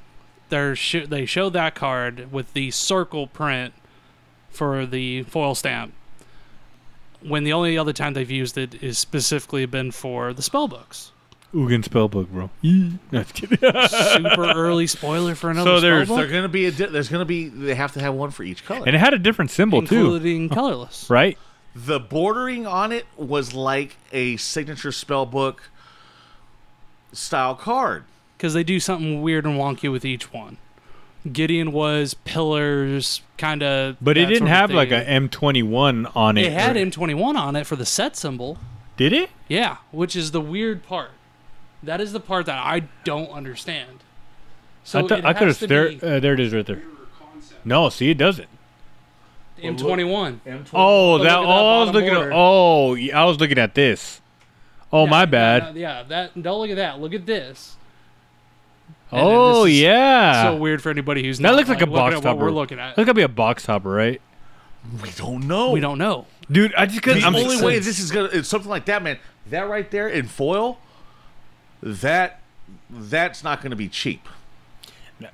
H: they're sh- they show that card with the circle print for the foil stamp when the only other time they've used it is specifically been for the spell books.
G: Ugin spellbook, bro. No, just kidding.
H: Super early spoiler for another
G: So
H: spell
G: there's-
H: book,
A: There's gonna be a. Di- there's gonna be. They have to have one for each color.
G: and it had a different symbol too,
H: including colorless.
G: right?
A: the bordering on it was like a signature spell book style card.
H: because they do something weird and wonky with each one. Gideon was pillars, kind of,
G: But it didn't have like a M21 on it.
H: It had
G: or-
H: M21 on it for the set symbol.
G: Did it?
H: Yeah, which is the weird part. That is the part that I don't understand. So
G: I, thought-
H: it
G: I could
H: has
G: have.
H: to
G: There,
H: be
G: uh, there it is, right there. No, see, it doesn't.
H: M21.
G: Oh, that.
H: look at that
G: oh, I was
H: bottom
G: looking. At,
H: border.
G: oh, yeah, I was looking at this. Oh,
H: Yeah,
G: my
H: yeah,
G: bad.
H: no, Yeah, that. Don't look at that. Look at this. And then
G: oh
H: this is
G: yeah.
H: So weird for anybody who's
G: that
H: not,
G: looks like, a box
H: looking at
G: topper.
H: what we're looking at.
G: That's gotta be a box topper, right?
A: We don't know.
H: We don't know.
G: Dude, I just couldn't.
A: The
G: I'm
A: only
G: just-
A: way this is gonna it's something like that, man. That right there in foil, that that's not gonna be cheap.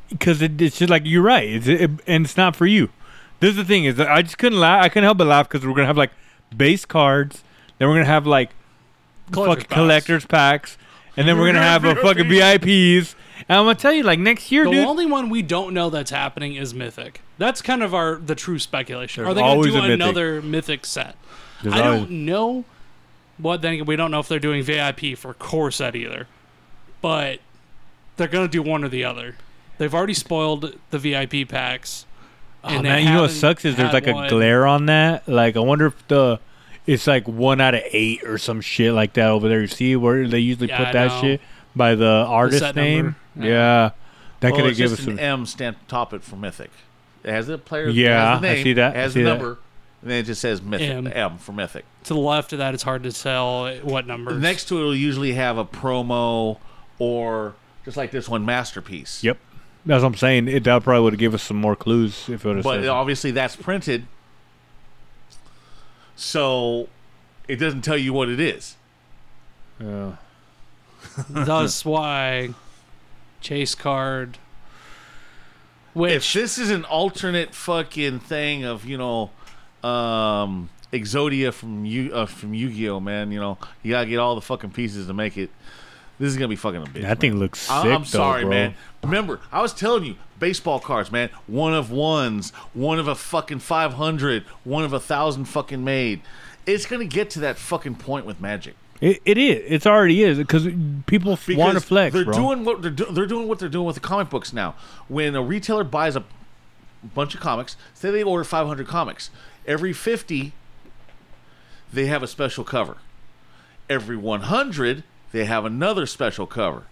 G: because it, it's just like you're right, it's, it, and it's not for you. This is the thing is that I just couldn't laugh. I couldn't help but laugh because we're gonna have like base cards, then we're gonna have like
H: Collector's
G: fuck
H: packs.
G: collectors packs, and then we're gonna have a fucking VIPs. And I'm gonna tell you, like next year,
H: The
G: dude,
H: only one we don't know that's happening is Mythic. That's kind of our the true speculation.
G: There's
H: Are they going to
G: always
H: do
G: a Mythic.
H: another Mythic, set?
G: There's
H: I
G: always-
H: don't know. What then? We don't know if they're doing VIP for core set either, but they're going to do one or the other. They've already spoiled the VIP packs.
G: Oh,
H: And they
G: man, you know what
H: haven't
G: sucks is there's
H: had
G: like
H: one.
G: a glare on that. Like I wonder if the it's like one out of eight or some shit like that over there. You see where they usually
H: Yeah,
G: put
H: I
G: that
H: know.
G: shit by the artist
H: set
G: name.
H: number.
G: Yeah. that
A: Well,
G: could have
A: Oh, it's
G: given
A: just
G: us some.
A: an M stand top it for Mythic. It has the player.
G: Yeah,
A: has the
G: I
A: name,
G: see that, I
A: Has
G: see
A: the
G: that.
A: number, and then it just says Mythic
H: M.
A: M, for Mythic.
H: To the left of that, it's hard to tell what numbers.
A: Next to it will usually have a promo or just like this one masterpiece.
G: Yep, that's what I'm saying. It that probably would have given us some more clues if it would
A: But
G: have.
A: obviously that's printed, so it doesn't tell you what it is.
G: Yeah.
H: That's why chase card. Which
A: if this is an alternate fucking thing of you know um exodia from you uh, from yu-gi-oh man you know you gotta get all the fucking pieces to make it this is gonna be fucking a bitch man.
G: That thing looks sick.
A: I- I'm
G: though,
A: sorry,
G: bro.
A: man. Remember, I was telling you, baseball cards, man. One of ones, one of a fucking 500, one of a thousand fucking made. It's gonna get to that fucking point with magic.
G: It, it is. It's already is because people f- want to
A: Because
G: flex,
A: They're
G: bro.
A: doing what they're, do- they're doing what they're doing with the comic books now. When a retailer buys a bunch of comics, say they order 500 comics, every 50 they have a special cover. Every 100 they have another special cover.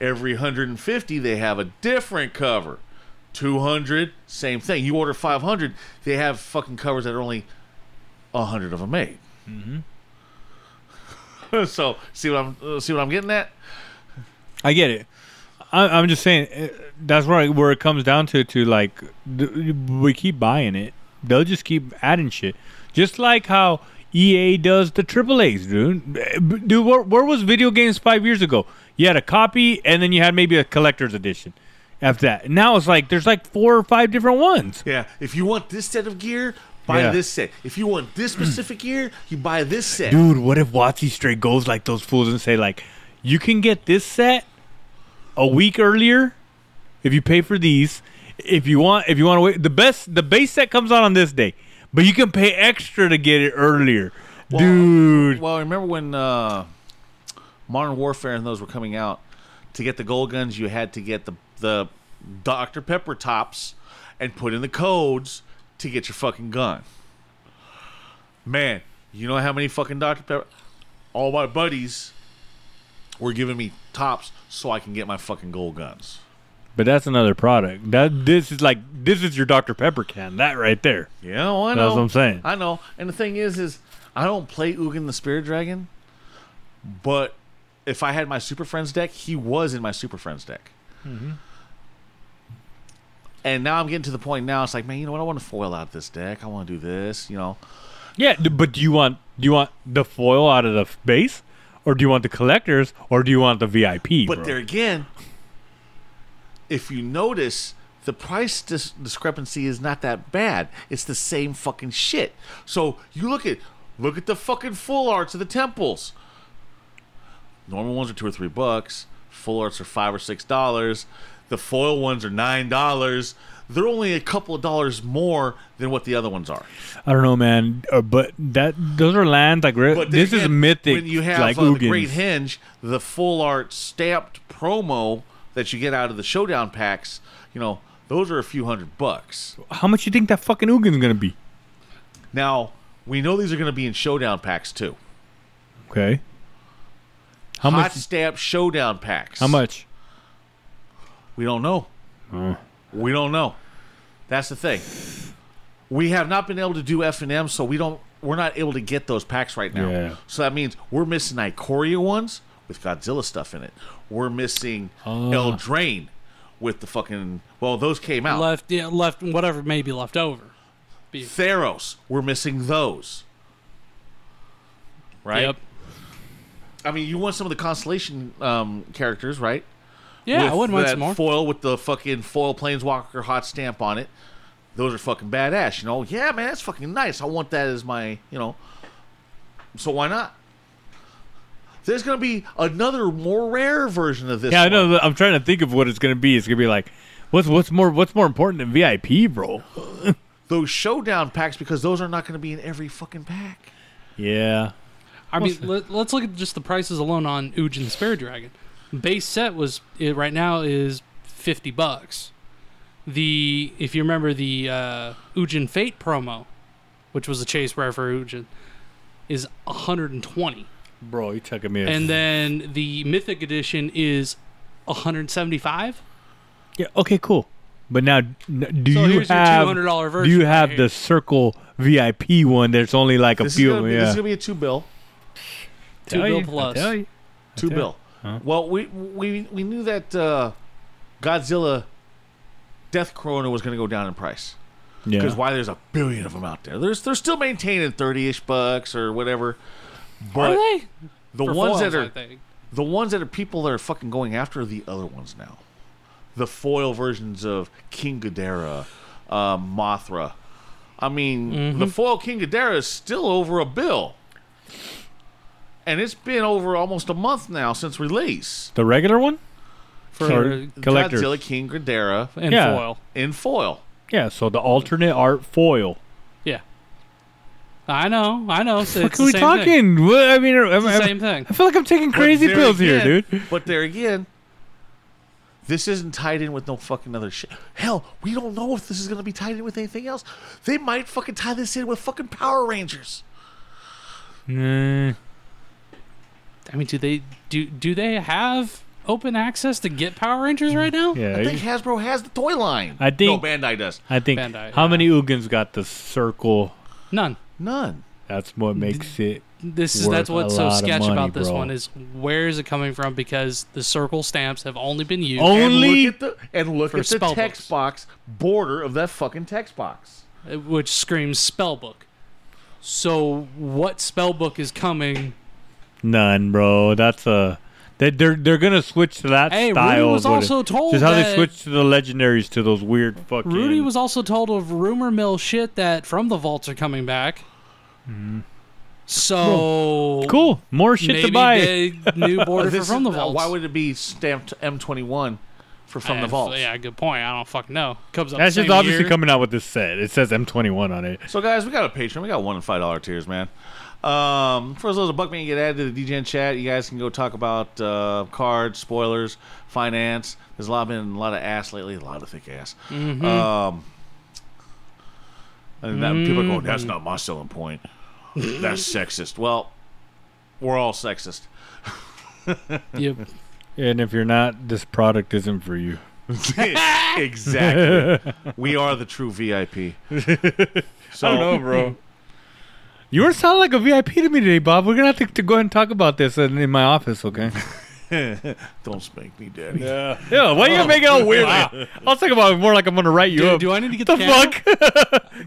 A: Every 150 they have a different cover. 200 same thing. You order 500, they have fucking covers that are only 100 of them made. Mm-hmm. so, see what I'm uh, see what I'm getting at?
G: I get it. I, I'm just saying eh, that's where where it comes down to to like th- we keep buying it. They'll just keep adding shit, just like how EA does the triple A's, dude. Eh, b- Dude, where, where was video games five years ago? You had a copy, and then you had maybe a collector's edition. After that, now it's like there's like four or five different ones.
A: Yeah. If you want this set of gear, buy
G: Yeah.
A: this set. If you want this specific gear, you buy this set.
G: Dude, what if Watsy straight goes like those fools and say like, you can get this set a week earlier if you pay for these. If you want, if you want to wait, the best the base set comes out on this day, but you can pay extra to get it earlier, dude.
A: Well, remember when uh, Modern Warfare and those were coming out? To get the gold guns, you had to get the the Dr Pepper tops and put in the codes to get your fucking gun. Man, you know how many fucking Dr Pepper? All my buddies were giving me tops so I can get my fucking gold guns.
G: But that's another product. That this is like this is your Dr Pepper can that right there.
A: Yeah, well, I know.
G: That's what I'm saying.
A: I know. And the thing is, is I don't play Ugin the Spirit Dragon, but if I had my Super Friends deck, he was in my Super Friends deck.
G: Mm-hmm.
A: And now I'm getting to the point now. It's like, man, you know what? I want to foil out this deck. I want to do this. You know,
G: Yeah, d- but do you want do you want the foil out of the f- base, or do you want the collectors, or do you want the VIP?
A: But
G: bro?
A: there again, if you notice, the price dis- discrepancy is not that bad. It's the same fucking shit. So you look at look at the fucking full arts of the temples. Normal ones are two or three bucks. Full arts are five or six dollars. The foil ones are nine dollars. They're only a couple of dollars more than what the other ones are.
G: I don't know, man. Uh, but that those are lands like re-
A: But then
G: this is
A: again,
G: mythic.
A: When you have
G: like
A: uh, the
G: Ugins.
A: Great Hinge, the full art stamped promo that you get out of the showdown packs, you know, those are a few hundred bucks.
G: How much you think that fucking Ugin's gonna be?
A: Now we know these are going to be in showdown packs too.
G: Okay. How
A: Hot
G: much?
A: stamp showdown packs.
G: How much?
A: We don't know. We don't know. That's the thing. We have not been able to do F and M, so we don't. We're not able to get those packs right now.
G: Yeah.
A: So that means we're missing Ikoria ones with Godzilla stuff in it. We're missing El Drain with the fucking. Well, those came out.
H: Left, yeah, left, whatever may be left over.
A: Theros. We're missing those. Right.
H: Yep.
A: I mean, you want some of the constellation um, characters, right?
H: Yeah,
A: with
H: I wouldn't mind
A: that
H: some more.
A: foil with the fucking foil planeswalker hot stamp on it. Those are fucking badass, you know. Yeah, man, that's fucking nice. I want that as my, you know. So why not? There's gonna be another more rare version of this.
G: Yeah, I
A: one.
G: know. but I'm trying to think of what it's gonna be. It's gonna be like, what's what's more what's more important than VIP, bro?
A: Those showdown packs because those are not gonna be in every fucking pack.
G: Yeah.
H: I mean, let, let's look at just the prices alone on Uj and the Spirit Dragon. Base set was it right now is fifty bucks. The if you remember the uh, Ujin Fate promo, which was a chase rare for Ujin, is hundred and twenty,
G: Bro, you taking me.
H: and then the Mythic edition is hundred seventy five.
G: yeah. Okay. Cool. But now, n- do
H: So
G: you
H: here's your
G: have
H: $200
G: do
H: version
G: you
H: right
G: have
H: here.
G: the circle VIP one? There's only like a
A: This is,
G: few.
A: gonna be,
G: yeah.
A: this is gonna be a two bill,
H: Two
G: Tell
H: bill
G: you, I
H: plus.
G: tell you.
A: two
G: Okay.
A: bill. Well, we we we knew that uh, Godzilla Death Corona was gonna go down in price.
G: Yeah.
A: Because why there's a billion of them out there. There's they're still maintaining thirty ish bucks or whatever. But
H: Are they?
A: the
H: For
A: ones
H: foils,
A: that
H: I
A: are
H: think.
A: the ones that are people that are fucking going after are the other ones now. The foil versions of King Ghidorah, uh, Mothra. I mean,
H: Mm-hmm.
A: the foil King Ghidorah is still over a bill, and it's been over almost a month now since release.
G: The regular one?
H: for
G: Sorry. Collectors.
A: Godzilla King Ghidorah
H: and
G: Yeah.
H: foil.
A: in foil.
G: Yeah, so the alternate art foil.
H: Yeah, I know, I know. So
G: What
H: it's
G: are
H: the
G: we
H: same thing.
G: talking? What, I mean, I'm-
H: It's
G: I'm-
H: the same thing.
G: I feel like I'm taking crazy
A: there
G: pills here,
A: again-
G: dude.
A: But there again, this isn't tied in with no fucking other shit. Hell, we don't know if this is gonna be tied in with anything else. They might fucking tie this in with fucking Power Rangers.
G: Nah.
H: I mean, do they do do they have open access to get Power Rangers right now?
G: Yeah,
A: I think Hasbro has the toy line.
G: I think-
A: no Bandai does.
G: I think.
H: Bandai,
G: how
H: yeah.
G: many Ugans got the circle?
H: None.
A: None.
G: That's what makes it.
H: This is
G: Worth
H: that's what's
G: a
H: so
G: lot of
H: sketch
G: money,
H: about this
G: bro.
H: one is where is it coming from? Because the circle stamps have only been used.
G: Oh. Only-
A: and look at the, and look
H: For
A: at the
H: spell
A: text box border of that fucking text box.
H: uh, which screams spellbook. So what spellbook is coming?
G: None, bro. That's a. They, they're they're gonna switch to that
H: Hey, Rudy
G: style.
H: was
G: of what
H: also
G: it-
H: told
G: Just how they
H: that-
G: switched to the legendaries to those weird fucking.
H: Rudy was also told of rumor mill shit that from the vaults are coming back. So
G: Mm-hmm. cool. More shit
H: Maybe
G: to buy.
H: they new border for
A: This
H: from the
A: is- uh,
H: vaults.
A: Why would it be stamped M21 for From the
H: Uh,
A: Vault?
H: Yeah, good point. I don't fucking know. Comes up
G: That's
H: the
G: just
H: same
G: obviously
H: year.
G: coming out with this set. It says M21 on it.
A: So guys, we got a Patreon. We got one and five dollar tiers, man. Um, for as little as a buck, man, you get added to the DGen chat. You guys can go talk about uh, cards, spoilers, finance. There's a lot been a lot of ass lately. A lot of thick ass. Um, and that, people are going, "That's not my selling point. That's sexist." Well, we're all sexist.
H: Yep.
G: And if you're not, this product isn't for you.
A: exactly. we are the true VIP. So
G: bro. You were sounding like a VIP to me today, Bob. We're gonna have to, to go ahead and talk about this in, in my office, okay?
A: Don't spank me, daddy.
I: Yeah.
G: Yeah, why are you gonna make it all weird? I'll talk about it more like I'm gonna write you
H: Dude,
G: up.
H: do I need to get
G: the,
H: the camera?
G: fuck?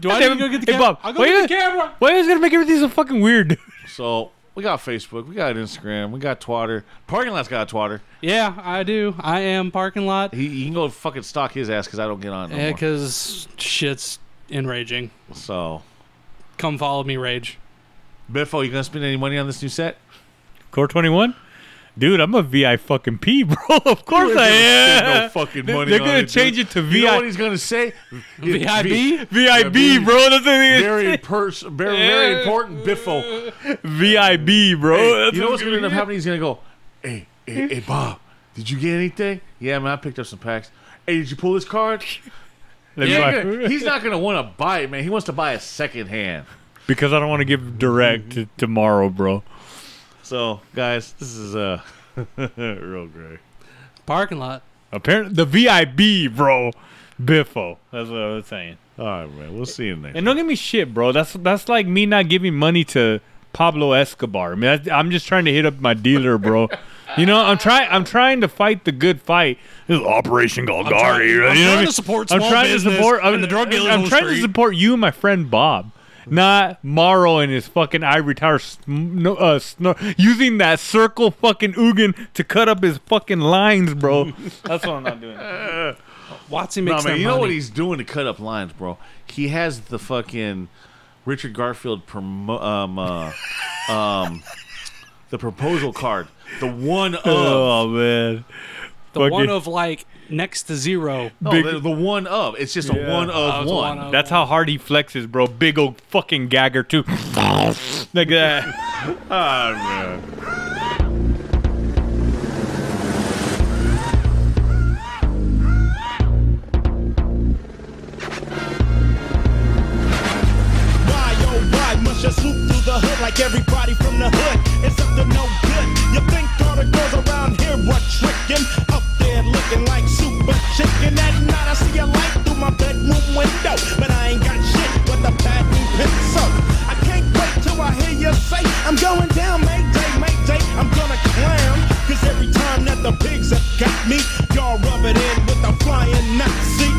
H: Do I need to go get the
G: Hey,
H: camera?
G: Bob,
H: I'll go
G: why
H: get
G: you-
H: the camera.
G: Why is it gonna make everything so fucking weird?
A: So we got Facebook, we got Instagram, we got Twitter. Parking lot's got Twitter.
H: Yeah, I do. I am parking lot.
A: He, you can go fucking stalk his ass because I don't get on. No
H: Yeah,
A: more.
H: because shit's enraging.
A: So
H: Come follow me, rage.
A: Biffo, you gonna spend any money on this new set?
G: Core 21? Dude, I'm a VI fucking P, bro. Of course I am.
A: No fucking
G: They-
A: money.
G: They're
A: on
G: gonna
A: it,
G: change
A: dude.
G: it to
A: You know what
G: VI.
A: he's gonna say?
H: VIB?
G: VIB, bro. That's the thing.
A: Very pers- very, very important Biffo.
G: VIB, bro. Oh, That's
A: you know what's gonna end up
G: be.
A: happening? He's gonna go, hey, hey, hey, Bob, did you get anything? Yeah, man, I picked up some packs. Hey, did you pull this card?
G: Let me
A: Yeah,
G: buy-
A: he's gonna- he's not gonna want to buy it, man. He wants to buy it secondhand.
G: Because I don't want to give direct to tomorrow, bro.
A: So, guys, this is uh real great.
H: Parking lot.
G: Apparently, the VIB, bro. Biffo. That's what I was saying.
A: All right, man. We'll see you next.
G: And don't give me shit, bro. That's that's like me not giving money to Pablo Escobar. I mean, that's, I'm just trying to hit up my dealer, bro. you know, I'm trying I'm trying to fight the good fight. This is Operation Golgari. you know what I
C: I'm trying
G: mean?
C: to support
G: I'm
C: small
G: trying to
C: business
G: support I'm,
C: and the drug dealers
G: I'm
C: on the
G: trying to
C: street.
G: support you, and my friend Bob. Not Morrow and his fucking ivory tower sm- no, uh, snor- using that circle fucking Ugin to cut up his fucking lines, bro. That's what I'm not doing.
H: Watsy
A: No,
H: makes
A: man.
H: that
A: You know
H: money.
A: what he's doing to cut up lines, bro? He has the fucking Richard Garfield promo- um uh, um the proposal card, the one of
G: Oh man,
H: the one of like next to zero.
A: no,
G: big-
A: the, the one of. It's just a one
H: Oh,
A: of
H: it's a
A: one.
H: one of.
G: That's how hard he flexes, bro. Big old fucking gagger too. like that.
J: Why, oh, why must you swoop through the hood like everybody from the hood? It's up to no good. You think all the girls around here were tricking? Up there looking like super chicken. At night I see a light through my bedroom window. But I ain't got shit but the pad and pencil. I can't wait till I hear you say, I'm going down, Mayday, Mayday. I'm gonna clown. Cause every time that the pigs have got me, y'all rub it in with the flying Nazi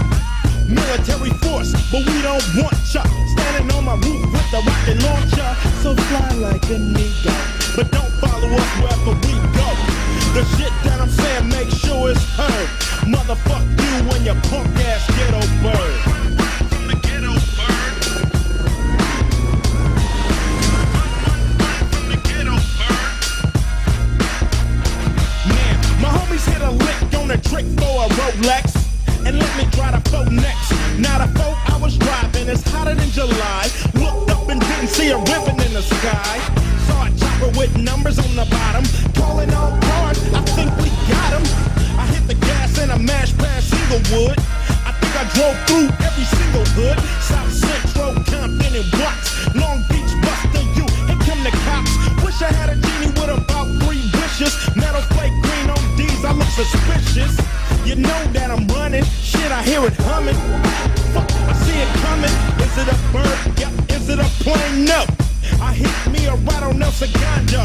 J: military force, but we don't want ya. Standing on my roof with the rocket launcher, so fly like an eagle. But don't follow us wherever we go. The shit that I'm saying, make sure it's heard. Motherfuck you and your punk ass ghetto bird. Now, my homies hit a lick on a trick for a Rolex. And let me try the foe next. Now the foe I was driving is hotter than July. Looked up and didn't see a ribbon in the sky. Saw a chopper with numbers on the bottom. Calling all cars, I think we got 'em. I hit the gas and I mashed past Singlewood. I think I drove through every single hood. South Central, Compton, and Watts. Long Beach, Buster, you. Here come the cops. Wish I had a genie with about three wishes. Metal plate green on D's, I look suspicious. You know that I'm running. Shit, I hear it humming. Fuck, I see it coming. Is it a bird? Yep. Is it a plane? No. I hit me a right on El Segundo.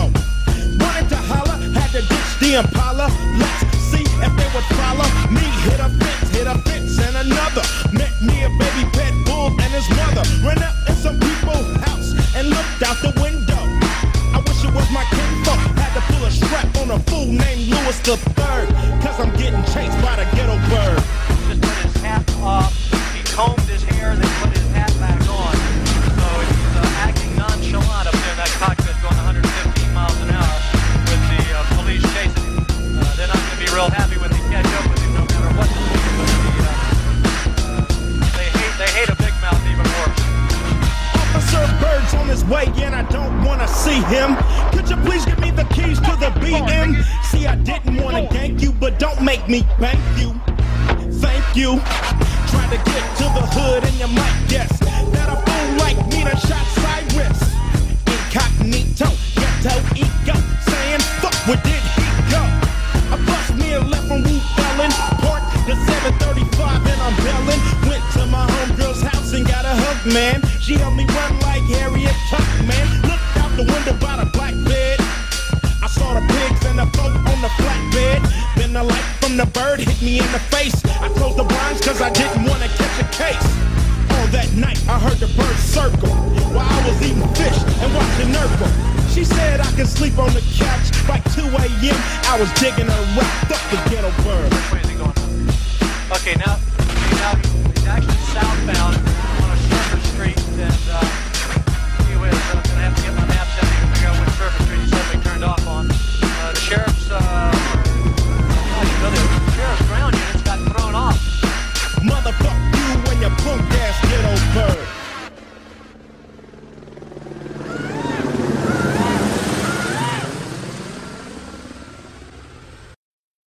J: Wanted to holler, had to ditch the Impala. Let's see if they would follow me. Hit a fence, hit a fence, and another. Met me a baby pet bull and his mother. Ran up in some people's house and looked out the window. I wish it was my kinfolk. Had to pull a strap on a fool named Lewis the Third. Cause I'm getting chased by the ghetto bird.
K: just put his hat off. He combed his hair, then put his hat back on. So he's uh, acting nonchalant up there in that cockpit going 115 miles an hour with the uh, police chasing him. Uh, they're not going to be real happy when they catch up with him no matter what the police do. The, uh, uh, they, hate, they hate a big mouth even worse.
J: Officer Bird's on his way and I don't wanna see him. Could you please give me the keys to the BM? See, I didn't wanna gank you, but don't make me thank you. Thank you. Try to get to the hood and you might guess that a fool like me done shot Cyrus. Incognito, ghetto ego, saying fuck where did he go? I bust me a left from Roof Ellen, parked the 735 and I'm belling. Went to my homegirl's house and got a hug, man. She helped me run like Harriet Tubman. Looked out the window by the black bed. I saw the pigs and the folk on the flatbed. Then the light from the bird hit me in the face. I closed the blinds cause I didn't want to catch a case. All that night I heard the bird circle while I was eating fish and watching Urkel. She said I could sleep on the couch by 2 a.m. I was digging her wrapped up the ghetto bird.
K: Okay, now, okay, now, it's actually southbound. uh, Uh, oh,